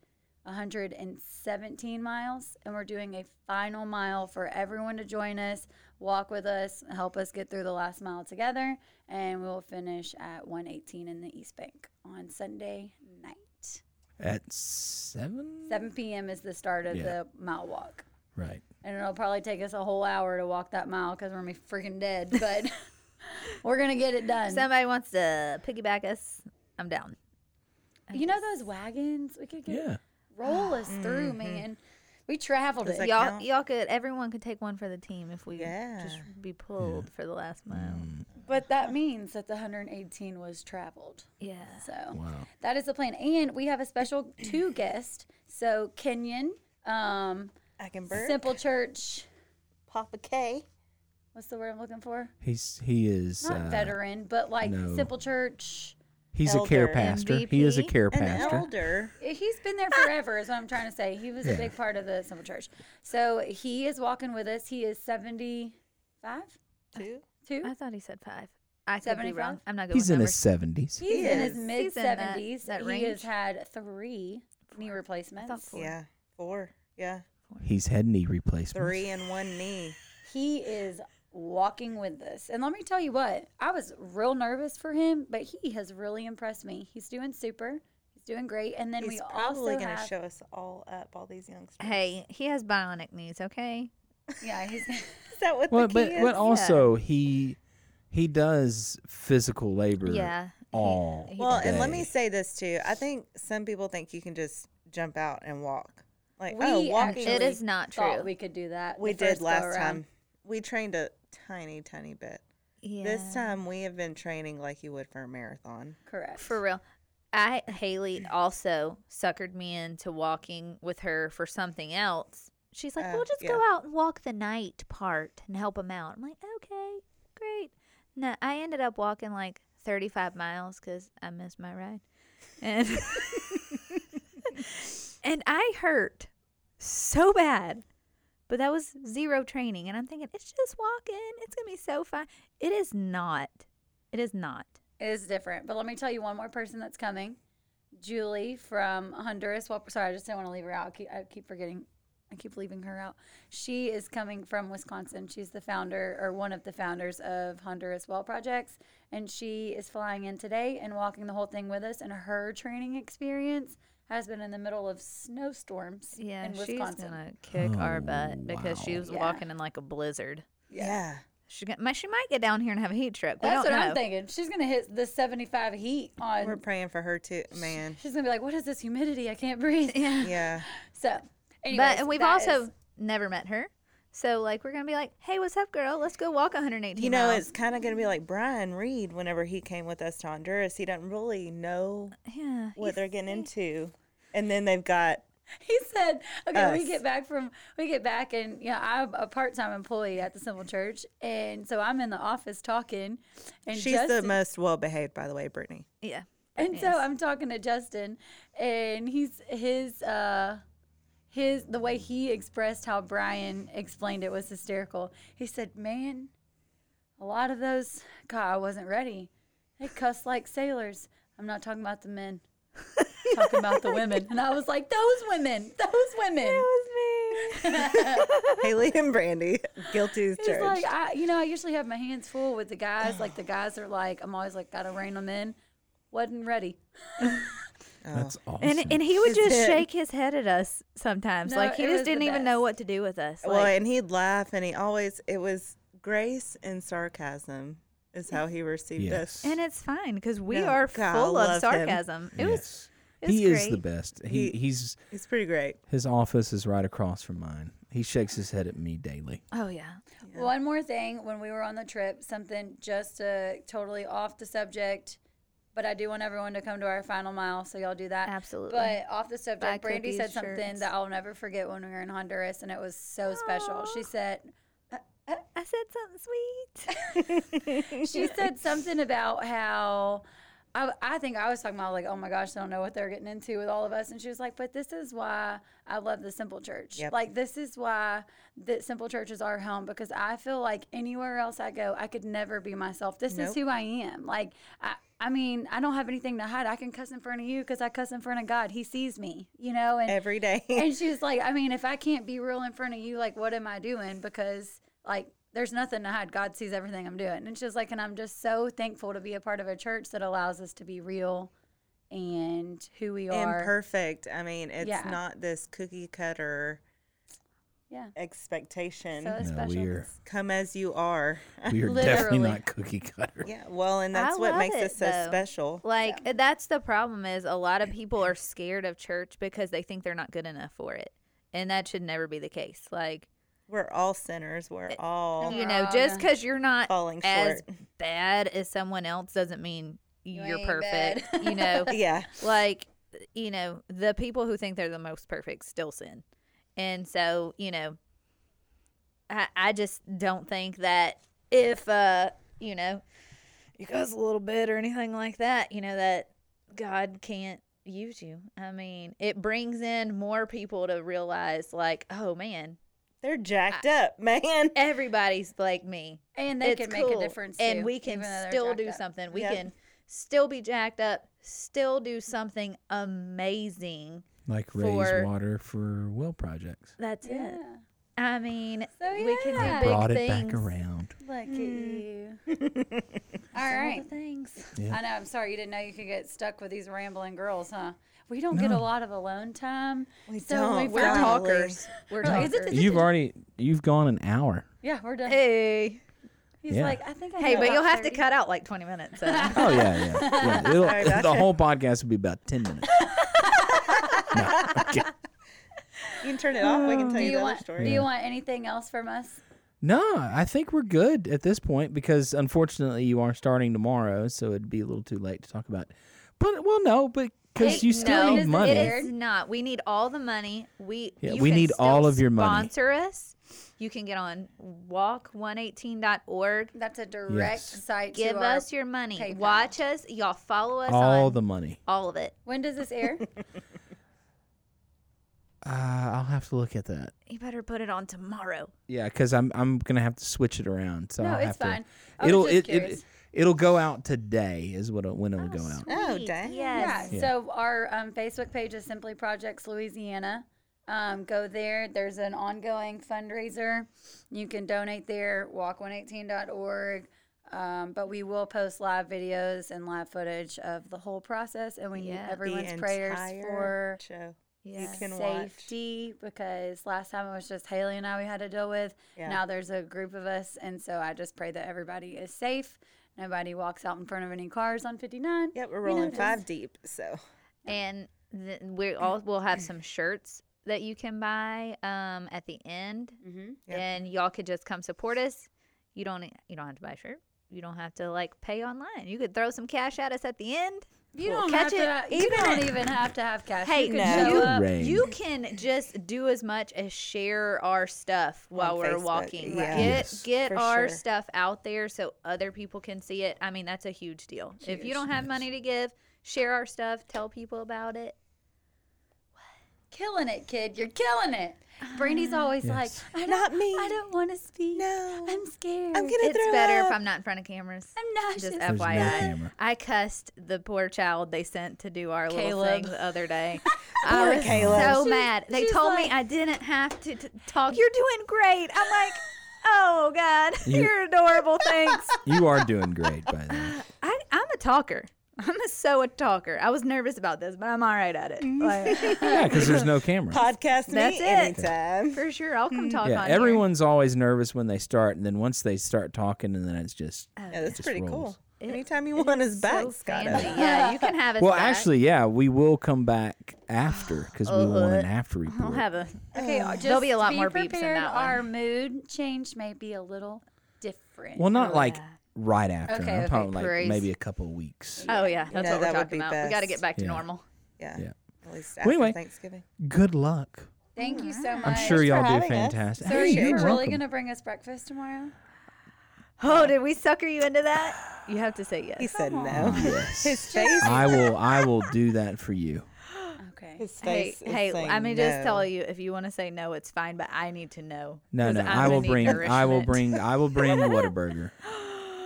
Speaker 3: 117 miles. And we're doing a final mile for everyone to join us, walk with us, help us get through the last mile together. And we will finish at 118 in the East Bank on Sunday night.
Speaker 2: At seven?
Speaker 3: 7 p.m. is the start of
Speaker 2: Yeah.
Speaker 3: the mile walk.
Speaker 2: Right.
Speaker 3: and it'll probably take us a whole hour to walk that mile because we're gonna be freaking dead. But we're gonna get it done.
Speaker 4: Somebody wants to piggyback us. I'm down.
Speaker 3: you know those wagons? We could get
Speaker 2: Yeah.
Speaker 3: roll us through, man. We traveled it.
Speaker 5: Does that
Speaker 4: y'all,
Speaker 5: count?
Speaker 4: y'all could. Everyone could take one for the team if we just
Speaker 5: Yeah.
Speaker 4: be pulled for the
Speaker 2: Mm.
Speaker 4: last mile.
Speaker 3: but that means that the 118 was traveled.
Speaker 4: Yeah.
Speaker 3: So
Speaker 2: Wow.
Speaker 3: that is the plan, and we have a special two guest. So Kenyon, um,
Speaker 5: I can burn.
Speaker 3: Simple Church.
Speaker 5: Papa K.
Speaker 3: What's the word I'm looking for?
Speaker 2: He's he is
Speaker 3: Not
Speaker 2: uh,
Speaker 3: veteran, but like
Speaker 2: no.
Speaker 3: Simple Church.
Speaker 2: He's a
Speaker 5: Elder.
Speaker 2: care pastor. He is a
Speaker 4: MVP?
Speaker 2: care
Speaker 5: An
Speaker 2: pastor.
Speaker 5: elder.
Speaker 3: Eh, He's been there forever, is what I'm trying to say. He was a
Speaker 2: Yeah.
Speaker 3: big part of the Simple Church. So he is walking with us. He is 75,
Speaker 5: Two.
Speaker 3: two.
Speaker 4: I thought he said five. I could be wrong.
Speaker 3: 75?
Speaker 4: I'm not good
Speaker 2: He's
Speaker 4: with
Speaker 2: in his
Speaker 4: numbers.
Speaker 2: seventies.
Speaker 3: He's in his
Speaker 5: is.
Speaker 3: mid
Speaker 4: He's in that-
Speaker 3: 70s.
Speaker 4: that
Speaker 3: he
Speaker 4: range.
Speaker 3: has had three knee replacements.
Speaker 4: four.
Speaker 5: Yeah. Four. Yeah.
Speaker 2: He's had knee replacements.
Speaker 5: Three and one knee.
Speaker 3: He is walking with us. And let me tell you what, I was real nervous for him, but he has really impressed me. He's doing super. He's doing great. And then
Speaker 5: He's
Speaker 3: we
Speaker 5: probably
Speaker 3: also
Speaker 5: gonna
Speaker 3: have,
Speaker 5: show us all up, all these youngsters.
Speaker 4: Hey, he has bionic knees. Okay.
Speaker 3: yeah, he's
Speaker 5: Is that what
Speaker 2: Well,
Speaker 5: the
Speaker 2: but
Speaker 5: key
Speaker 2: but
Speaker 5: is?
Speaker 2: also he he does physical labor.
Speaker 4: Yeah. he-
Speaker 2: all
Speaker 4: he
Speaker 5: Well,
Speaker 4: does.
Speaker 5: and let me
Speaker 2: day.
Speaker 5: say this too. I think some people think you can just jump out and walk. Like,
Speaker 3: We
Speaker 5: oh, walking.
Speaker 4: it
Speaker 3: actually
Speaker 4: is not
Speaker 3: thought
Speaker 4: true.
Speaker 3: we could do that.
Speaker 5: we
Speaker 3: the
Speaker 5: did
Speaker 3: first go
Speaker 5: last
Speaker 3: around.
Speaker 5: time. We trained a tiny, tiny bit.
Speaker 4: yeah.
Speaker 5: This time we have been training like you would for a marathon.
Speaker 3: Correct.
Speaker 4: For real. I Haley also suckered me into walking with her for something else. She's like,
Speaker 5: Uh,
Speaker 4: "We'll just go
Speaker 5: yeah.
Speaker 4: out and walk the night part and help them out." I'm like, "Okay, great." No, I ended up walking like 35 miles because I missed my ride, and and I hurt so bad. But that was zero training, and I'm thinking it's just walking. It's gonna be so fun. It is not. It is not.
Speaker 3: It is different. But let me tell you one more person that's coming. Julie from Honduras. Well, sorry, I just didn't want to leave her out. I keep, I keep forgetting. I keep leaving her out. She is coming from Wisconsin. She's the founder or one of the founders of Honduras Well Projects. And she is flying in today and walking the whole thing with us. And her training experience has been in the middle of snowstorms
Speaker 4: Yeah,
Speaker 3: in
Speaker 4: she's
Speaker 3: Wisconsin.
Speaker 4: gonna kick our butt because she
Speaker 2: Oh, wow.
Speaker 4: was
Speaker 3: Yeah.
Speaker 4: walking in like a blizzard.
Speaker 5: Yeah.
Speaker 4: She got, might, she might get down here and have a heat stroke. We
Speaker 3: That's what
Speaker 4: don't know.
Speaker 3: I'm thinking. She's going to hit the 75 heat
Speaker 5: We're
Speaker 3: on.
Speaker 5: praying for her too, man.
Speaker 3: She's going to be like, what is this humidity? I can't breathe.
Speaker 5: Yeah.
Speaker 3: So, anyways,
Speaker 4: but we've
Speaker 3: that
Speaker 4: also
Speaker 3: is-
Speaker 4: never met her, so like we're gonna be like, "Hey, what's up, girl? Let's go walk 118
Speaker 5: You know,
Speaker 4: miles."
Speaker 5: it's kind of going to be like Brian Reed whenever he came with us to Honduras. He doesn't really know
Speaker 4: yeah,
Speaker 5: what
Speaker 4: you-
Speaker 5: they're getting into. And then they've got,
Speaker 3: he said, "Okay, we
Speaker 5: Us.
Speaker 3: get back from we get back, and you know, I'm a part-time employee at the Simple Church, and so I'm in the office talking, and
Speaker 5: she's
Speaker 3: Justin,
Speaker 5: the most well behaved, by the way, Brittany.
Speaker 4: yeah.
Speaker 3: and so I'm talking to Justin, and he's his uh." His the way he expressed how Brian explained it was hysterical. He said, "Man, a lot of those God, I wasn't ready. They cuss like sailors. I'm not talking about the men. I'm talking about the women." And I was like, "Those women, those women."
Speaker 5: Haley and Brandy, guilty as
Speaker 3: It's
Speaker 5: charged.
Speaker 3: like I, you know, I usually have my hands full with the guys. Like the guys are like, I'm always like, gotta rein them in. Wasn't ready.
Speaker 2: That's awesome.
Speaker 4: And and he would
Speaker 5: Is
Speaker 4: just
Speaker 5: it-
Speaker 4: shake his head at us sometimes,
Speaker 3: No,
Speaker 4: like he
Speaker 3: it
Speaker 4: just
Speaker 3: was the
Speaker 4: didn't even know
Speaker 3: best.
Speaker 4: what to do with us.
Speaker 5: well,
Speaker 4: like,
Speaker 5: and he'd laugh, and he always it was grace and sarcasm is how he received
Speaker 2: yes.
Speaker 5: us.
Speaker 4: and it's fine because we
Speaker 5: No,
Speaker 4: are
Speaker 5: God, I
Speaker 4: full
Speaker 5: love
Speaker 4: of
Speaker 5: him.
Speaker 4: sarcasm. It was it was
Speaker 2: he is the
Speaker 4: great.
Speaker 2: best. He,
Speaker 5: He-
Speaker 2: he's
Speaker 5: He's pretty great.
Speaker 2: his office is right across from mine. He shakes his head at me daily.
Speaker 4: oh yeah.
Speaker 3: One more thing, when we were on the trip, something just uh, totally off the subject, but I do want everyone to come to our final mile, so y'all do that.
Speaker 4: Absolutely.
Speaker 3: But off the subject,
Speaker 4: Buy
Speaker 3: Brandy said
Speaker 4: cookies,
Speaker 3: something
Speaker 4: shirts.
Speaker 3: that I'll never forget when we were in Honduras, and it was so special. She said,
Speaker 4: I said something sweet.
Speaker 3: she said something about how I, I think I was talking about like, oh my gosh, I don't know what they're getting into with all of us. And she was like, but this is why I love the simple church.
Speaker 5: Yep.
Speaker 3: Like this is why the simple church is our home because I feel like anywhere else I go, I could never be myself. This is
Speaker 5: Nope.
Speaker 3: who I am. Like I, I mean, I don't have anything to hide. I can cuss in front of you because I cuss in front of God. He sees me, you know. And
Speaker 5: every day.
Speaker 3: and she's like, I mean, if I can't be real in front of you, like, what am I doing? Because, like, there's nothing to hide. God sees everything I'm doing. And she's like, and I'm just so thankful to be a part of a church that allows us to be real and who we are.
Speaker 5: Imperfect. I mean, it's
Speaker 3: Yeah.
Speaker 5: not this cookie cutter
Speaker 3: yeah.
Speaker 5: expectation.
Speaker 3: So it's
Speaker 2: No,
Speaker 3: special.
Speaker 2: we're-
Speaker 5: Come as you are.
Speaker 2: We are definitely
Speaker 3: Literally.
Speaker 2: not cookie cutter.
Speaker 5: yeah. Well, and that's
Speaker 4: I
Speaker 5: what
Speaker 4: love
Speaker 5: makes
Speaker 4: it,
Speaker 5: us so
Speaker 4: though.
Speaker 5: special.
Speaker 4: Like that's the problem is a lot of people are scared of church because they think they're not good enough for it. And that should never be the case. Like,
Speaker 5: We're all sinners. We're all
Speaker 4: you
Speaker 3: we're
Speaker 4: know,
Speaker 3: all
Speaker 4: just
Speaker 3: gonna-
Speaker 4: because you're not
Speaker 5: falling
Speaker 4: as
Speaker 5: short.
Speaker 4: bad as someone else doesn't mean you are
Speaker 3: ain't bad.
Speaker 4: perfect. You know,
Speaker 5: yeah.
Speaker 4: like you know the people who think they're the most perfect still sin and so you know i, I just don't think that if uh you know you guys a little bit or anything like that you know that god can't use you i mean it brings in more people to realize like oh man
Speaker 5: They're jacked up, man.
Speaker 4: everybody's like me
Speaker 3: And they
Speaker 4: It's
Speaker 3: can make
Speaker 4: cool,
Speaker 3: a difference.
Speaker 4: and
Speaker 3: too,
Speaker 4: we can
Speaker 3: even though they're
Speaker 4: still
Speaker 3: jacked
Speaker 4: do
Speaker 3: up.
Speaker 4: something we
Speaker 5: Yep.
Speaker 4: can still be jacked up still do something amazing
Speaker 6: Like
Speaker 4: For-
Speaker 6: raise water for well projects.
Speaker 4: That's
Speaker 3: Yeah.
Speaker 4: it. I mean,
Speaker 3: So,
Speaker 4: we can
Speaker 3: yeah.
Speaker 4: do big
Speaker 2: Brought it
Speaker 4: things.
Speaker 2: back around.
Speaker 3: Look at you. Hmm. All
Speaker 4: All
Speaker 3: right.
Speaker 4: the things.
Speaker 6: Yeah.
Speaker 3: I know. I'm sorry you didn't know you could get stuck with these rambling girls, huh? We don't get a
Speaker 6: No.
Speaker 3: lot of alone time.
Speaker 5: We
Speaker 3: So
Speaker 5: don't.
Speaker 3: we've
Speaker 5: We're
Speaker 3: got-
Speaker 5: talkers.
Speaker 4: We're
Speaker 3: We're like, is it
Speaker 4: talkers.
Speaker 3: the-
Speaker 6: You've already you've gone an hour.
Speaker 3: Yeah, we're done.
Speaker 4: Hey,
Speaker 3: He's
Speaker 6: Yeah.
Speaker 3: like, I think I
Speaker 4: hey,
Speaker 3: know
Speaker 4: but
Speaker 3: about
Speaker 4: you'll have to
Speaker 3: 30."
Speaker 4: cut out like 20 minutes. So.
Speaker 6: Oh yeah, yeah. yeah. It'll-
Speaker 5: Sorry about
Speaker 6: the
Speaker 5: you.
Speaker 6: whole podcast will be about ten minutes. no, okay.
Speaker 5: You can turn it off. We can tell
Speaker 3: Do
Speaker 5: you,
Speaker 3: you
Speaker 5: the
Speaker 3: want?
Speaker 5: other story.
Speaker 3: Do you want anything else from us?
Speaker 2: No, I think we're good at this point because unfortunately you are starting tomorrow, so it'd be a little too late to talk about. But well, no, but because
Speaker 4: Hey,
Speaker 2: you still
Speaker 4: no,
Speaker 2: need
Speaker 4: it
Speaker 2: money.
Speaker 4: is not. We need all the money. We
Speaker 2: Yeah,
Speaker 4: you
Speaker 2: we
Speaker 4: can
Speaker 2: need
Speaker 4: still
Speaker 2: all of your money.
Speaker 4: Sponsor us. You can get on walk118.org.
Speaker 3: That's a direct
Speaker 2: Yes.
Speaker 3: site. to
Speaker 4: Give
Speaker 3: our-
Speaker 4: us your money.
Speaker 3: PayPal.
Speaker 4: Watch us. Y'all follow us
Speaker 2: all
Speaker 4: on
Speaker 2: the money.
Speaker 4: all of it.
Speaker 3: When does this air?
Speaker 2: Uh, I'll have to look at that.
Speaker 4: You better put it on tomorrow.
Speaker 2: Yeah, because I'm I'm gonna have to switch it around. So
Speaker 3: No,
Speaker 2: I'll
Speaker 3: it's
Speaker 2: have
Speaker 3: fine.
Speaker 2: To,
Speaker 3: I was
Speaker 2: it'll
Speaker 3: just
Speaker 2: it,
Speaker 3: curious.
Speaker 2: it it'll go out today is what it, when it'll go out.
Speaker 5: Oh,
Speaker 4: Sweet.
Speaker 5: dang.
Speaker 4: Yes.
Speaker 3: Yeah. So our um, Facebook page is Simply Projects Louisiana. Um, go there. There's an ongoing fundraiser. You can donate there. Walk118.org. Um, but we will post live videos and live footage of the whole process, and we
Speaker 4: Yeah.
Speaker 3: need
Speaker 4: The
Speaker 5: The
Speaker 3: everyone's prayers
Speaker 5: entire
Speaker 3: for
Speaker 5: show.
Speaker 4: Yes.
Speaker 5: can- watch.
Speaker 3: safety because last time it was just Haley and I we had to deal with.
Speaker 5: Yeah.
Speaker 3: Now there's a group of us, and so I just pray that everybody is safe. Nobody walks out in front of any cars on 59.
Speaker 5: Yep, we're
Speaker 3: We know
Speaker 5: rolling
Speaker 3: this.
Speaker 5: five deep. So
Speaker 4: and th- we all will have some shirts that you can buy um, at the end,
Speaker 3: Mm-hmm.
Speaker 5: Yep.
Speaker 4: and y'all could just come support us. You don't e, you don't have to buy a shirt. You don't have to like pay online. You could throw some cash at us at the end.
Speaker 3: You don't
Speaker 4: Catch
Speaker 3: have
Speaker 4: it,
Speaker 3: to. You don't even have to have cash.
Speaker 4: Hey,
Speaker 3: you can
Speaker 5: no.
Speaker 3: show
Speaker 4: you,
Speaker 3: up.
Speaker 2: Rain.
Speaker 4: you can just do as much as share our stuff while
Speaker 5: On
Speaker 4: we're
Speaker 5: Facebook,
Speaker 4: walking. Get
Speaker 5: yeah.
Speaker 2: Yes.
Speaker 4: get
Speaker 5: For
Speaker 4: our
Speaker 5: sure.
Speaker 4: stuff out there so other people can see it. I mean, that's a huge deal. If you don't have money to give, share our stuff. Tell people about it.
Speaker 3: Killing it, kid. You're killing it. Brandy's always
Speaker 2: Yes.
Speaker 3: like, I
Speaker 5: Not
Speaker 3: don't-
Speaker 5: me.
Speaker 3: I don't want to speak.
Speaker 5: No.
Speaker 3: I'm scared.
Speaker 5: I'm gonna
Speaker 4: It's
Speaker 5: throw
Speaker 4: better
Speaker 5: up.
Speaker 4: if I'm not in front of cameras.
Speaker 3: I'm nauseous.
Speaker 4: Just
Speaker 2: There's no
Speaker 4: FYI,
Speaker 2: camera.
Speaker 4: I cussed the poor child they sent to do our little
Speaker 3: Caleb.
Speaker 4: thing the other day. I was
Speaker 5: Caleb.
Speaker 4: so
Speaker 3: She's-
Speaker 4: mad. They
Speaker 3: she's
Speaker 4: told
Speaker 3: like-
Speaker 4: me I didn't have to t- talk. You're doing great. I'm like, oh God,
Speaker 2: You-
Speaker 4: you're adorable. Thanks.
Speaker 2: You are doing great by the way.
Speaker 4: I, I'm a talker. I'm a, so a talker. I was nervous about this, but I'm all right at it. Like,
Speaker 2: Yeah, because there's no camera.
Speaker 5: Podcast
Speaker 4: That's
Speaker 5: me
Speaker 4: it.
Speaker 5: anytime.
Speaker 4: for sure, I'll come talk
Speaker 2: Yeah,
Speaker 4: on. here.
Speaker 2: everyone's always nervous when they start, and then once they start talking, and then it's just
Speaker 4: Oh,
Speaker 5: Yeah, that's
Speaker 2: just
Speaker 5: pretty
Speaker 2: rolls.
Speaker 5: cool. anytime you want us back, Scott.
Speaker 4: fancy. Yeah, you can have it.
Speaker 2: Well, actually, yeah, we will come back after because we want an after report.
Speaker 4: I'll have a.
Speaker 3: Okay, uh, just
Speaker 4: There'll be a lot more beeps in
Speaker 3: prepared.
Speaker 4: that one.
Speaker 3: Our mood change may be a little different.
Speaker 2: well, not like right after.
Speaker 3: Okay,
Speaker 2: I'm
Speaker 3: okay,
Speaker 2: talking like
Speaker 4: crazy.
Speaker 2: maybe a couple of weeks.
Speaker 4: Oh yeah, that's
Speaker 5: know,
Speaker 4: what we're
Speaker 5: that would
Speaker 4: talking
Speaker 5: be
Speaker 4: about. We got to get
Speaker 5: best.
Speaker 4: back to
Speaker 2: Yeah.
Speaker 4: normal.
Speaker 5: Yeah.
Speaker 2: Yeah.
Speaker 5: At least after
Speaker 2: anyway.
Speaker 5: Thanksgiving.
Speaker 2: Good luck.
Speaker 3: Thank you so much.
Speaker 2: I'm sure
Speaker 5: for
Speaker 2: y'all do
Speaker 5: having us.
Speaker 2: fantastic.
Speaker 3: So are
Speaker 2: Hey,
Speaker 3: you
Speaker 2: you're
Speaker 3: really
Speaker 2: welcome.
Speaker 3: gonna bring us breakfast tomorrow?
Speaker 4: Oh, did we sucker you into that? You have to say yes.
Speaker 5: He said no.
Speaker 2: Yes.
Speaker 5: His face.
Speaker 2: I will. I will do that for you.
Speaker 3: Okay.
Speaker 5: His
Speaker 4: Hey,
Speaker 5: face. is
Speaker 4: hey,
Speaker 5: saying
Speaker 4: let me just
Speaker 5: no.
Speaker 4: tell you, if you want to say no, it's fine, but I need to know.
Speaker 2: No,
Speaker 4: 'cause
Speaker 2: no.
Speaker 4: I'm
Speaker 2: I
Speaker 4: gonna
Speaker 2: will
Speaker 4: need
Speaker 2: bring. I will
Speaker 4: nourishment.
Speaker 2: bring. I will bring Whataburger.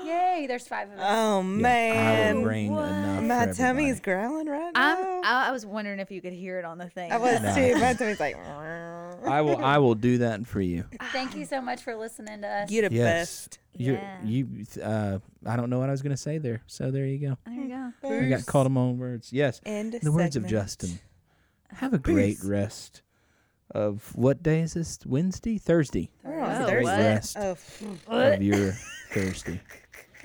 Speaker 3: Yay, there's five of us.
Speaker 5: Oh
Speaker 2: Yeah, I will
Speaker 5: man,
Speaker 2: bring enough.
Speaker 5: my
Speaker 2: for everybody.
Speaker 5: tummy's growling right
Speaker 4: I'm,
Speaker 5: now.
Speaker 4: I, I was wondering if you could hear it on the thing.
Speaker 5: I was
Speaker 2: Nah.
Speaker 5: too. My tummy's like. "Meow."
Speaker 2: I will. I will do that for you.
Speaker 3: Thank you so much for listening to us.
Speaker 5: You the
Speaker 2: Yes.
Speaker 5: best.
Speaker 2: You.
Speaker 4: Yeah.
Speaker 2: You. Uh, I don't know what I was gonna say there. So there you go.
Speaker 4: there you go.
Speaker 2: I got caught on my own words. Yes.
Speaker 5: End
Speaker 2: the words of
Speaker 5: segment.
Speaker 2: Justin. Have a great
Speaker 5: Peace.
Speaker 2: rest. Of what day is this? Wednesday, Thursday.
Speaker 5: We're on
Speaker 4: Oh,
Speaker 5: Thursday.
Speaker 4: what?
Speaker 2: Rest
Speaker 5: Oh, pff.
Speaker 2: of your Thursday.